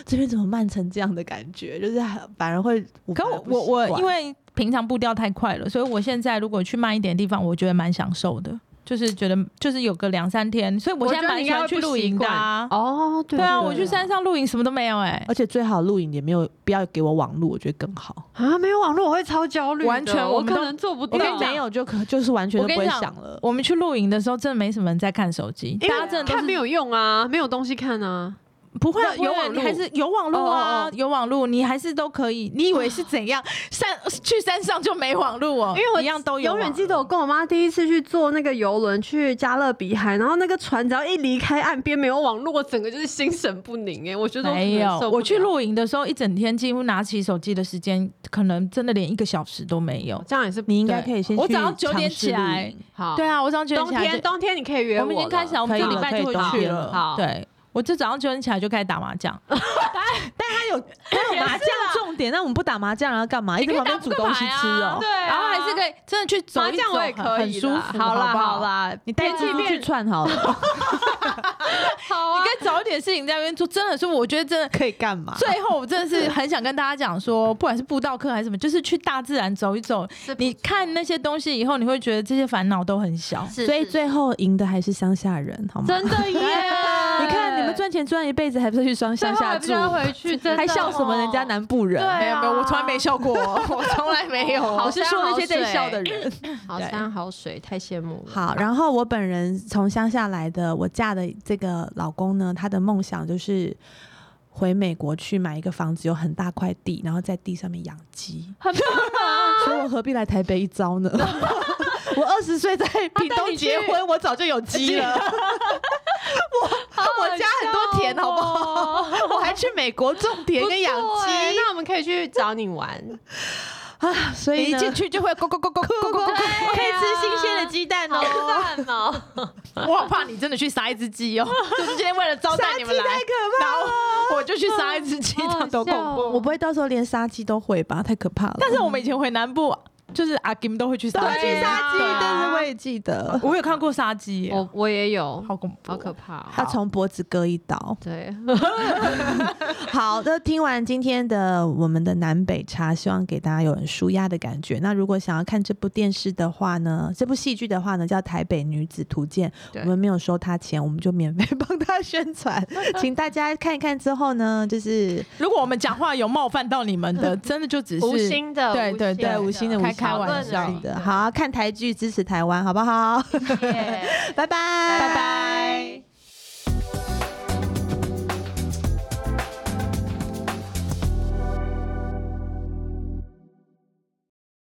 A: 这边怎么慢成这样的感觉，就是很反而会。
C: 可
A: 反而
C: 我
A: 不
C: 我
A: 习
C: 我
A: 惯
C: 因为平常步调太快了，所以我现在如果去慢一点的地方，我觉得蛮享受的，就是觉得就是有个两三天，所以我现
B: 觉
C: 在
B: 得
C: 蛮
B: 你
C: 喜
B: 应该
C: 欢
B: 会
C: 去
B: 不
C: 露
B: 习
C: 营的
B: 惯
C: 啊。
B: 哦，对
C: 对啊，
B: 对
C: 我去山上露营什么都没有哎、
A: 而且最好录影也没有不要给我网路，我觉得更好。
B: 啊，没有网络我会超焦虑的，
C: 完全
B: 我
C: 我们
B: 可
C: 都
B: 能做不
A: 我
B: 到
A: 跟你。没有就可就是完全
C: 我
A: 都不
C: 跟
A: 会
C: 你讲
A: 想了。
C: 我们去露营的时候，真的没什么人在看手机，
B: 因
C: 大
B: 为
C: 家真的都
B: 看没
C: 是
B: 有用啊，没有东西看啊。
C: 不会啊
B: 那有
C: 不会
B: 网
C: 你还
B: 路
C: 是有网络啊，
B: 哦哦哦
C: 有网络，你还是都可以。你以为是 怎样？山去山上就没网络哦？
B: 因为我
C: 一样都
A: 啊
C: 有
B: 永
C: 网络。
B: 远记得我跟我妈第一次去坐那个游轮去加勒比海，然后那个船只要一离开岸边没有网络，我整个就是心神不宁哎、我觉得我可能
C: 没有
B: 受不，了
C: 我去露营的时候，一整天几乎拿起手机的时间，可能真的连一个小时都没有。
B: 这样也是
A: 你应
B: 对
A: 该可以先
C: 我
A: 去
C: 早上九点
A: 尝试
C: 起
A: 录
C: 来
A: 影，
B: 好。
C: 对，啊，我早上九点
B: 冬
C: 起来
B: 天
C: 就。
B: 冬天你可以约
C: 我们已经
B: 了
C: 开始了，我们
A: 可以
C: 这礼
A: 了可
C: 拜
A: 以
C: 就会
A: 冬
C: 去
A: 天
C: 了。
B: 好
C: 对，我这早上九点起来就开始打麻将，
A: 他有他有麻将重点，那我们不打麻将然后干嘛？一
C: 你
A: 直
C: 可以
A: 旁
C: 打
A: 边煮
C: 扑克
A: 东西
C: 牌
A: 吃哦。
C: 啊
B: 对啊
C: 然后还是可以真的去走
B: 麻
C: 一
B: 将
C: 走，
B: 我也可以啦，
C: 很舒服。
B: 好啦
C: 不
B: 好，啊啦，
A: 你带猪
B: 天
A: 猪
B: 气
A: 去
B: 变
A: 串好了，
B: 好
C: 你
B: 啊。
C: 可以找一点事情在那边做，真的是我觉得真的
A: 可以干嘛
C: 最后，我真的是很想跟大家讲说，不管是步道课还是什么，就是去大自然走一走
B: 是，不
C: 你看那些东西以后，你会觉得这些烦恼都很小。
A: 所以最后赢的还是乡下人，好吗？
B: 真的耶！
A: 你看你们赚钱赚一辈子，还不是去乡乡下住
B: 啊最后还不是？要回去，真的哦
A: 还笑什么人家南部人？
B: 对啊
C: 笑 过，我从来没 有
B: 好
A: 我是说那些在笑的人。
B: 好山好水，太羡慕了。
A: 好，然后我本人从乡下来的，我嫁的这个老公呢，他的梦想就是回美国去买一个房子，有很大块地，然后在地上面养鸡。
B: 很棒啊！
A: 所以我何必来台北一遭呢？ 啊我二十岁在屏东结
B: 他带
A: 婚，我早就有鸡了。我我家很多田，好不好？
B: 好？
A: 我还去美国种田跟养
B: 不错欸
A: 鸡，
B: 那我们可以去找你玩。
A: 所以
C: 一
A: 呢，
C: 进去就会咕咕咕咕咕咕咕，
A: 可以吃新鲜的鸡蛋哦。
B: 赞哦！
C: 我啊好怕你真的去杀一只鸡哦，就是今天为了 招待你们来，
A: 太可怕
C: 然后我就去杀一只鸡，
B: 好好
C: 这样多
B: 笑
C: 恐
B: 哦
A: 我
C: 怖！
A: 不会到时候连杀鸡都会吧？太可怕了。
C: 但是我们以前回南部，就是阿金都会去杀
A: 都
C: 鸡，
A: 会去杀鸡，
B: 对啊
A: 但是我也记得
C: 我有看过杀鸡
A: 哦
C: 耶，
B: 我我也有，
C: 好恐怖，
B: 好可怕哦。
A: 他从脖子割一刀。
B: 对，
A: 好的，听完今天的我们的南北茶，希望给大家有很舒压的感觉。那如果想要看这部电视的话呢，这部戏剧的话呢，叫《台北女子图鉴》，
B: 对
A: 我们没有收他钱，我们就免费帮他宣 传，请大家看一看之后呢，就是
C: 如果我们讲话有冒犯到你们 的，真的就只是
B: 无心的，
C: 对对对
A: 对无心的无
C: 开
A: 心
C: 开
A: 的
C: 玩
A: 无
C: 笑
A: 心的，好看台剧支持台湾，好不好？
B: 对。
A: 拜拜，拜
C: 拜拜。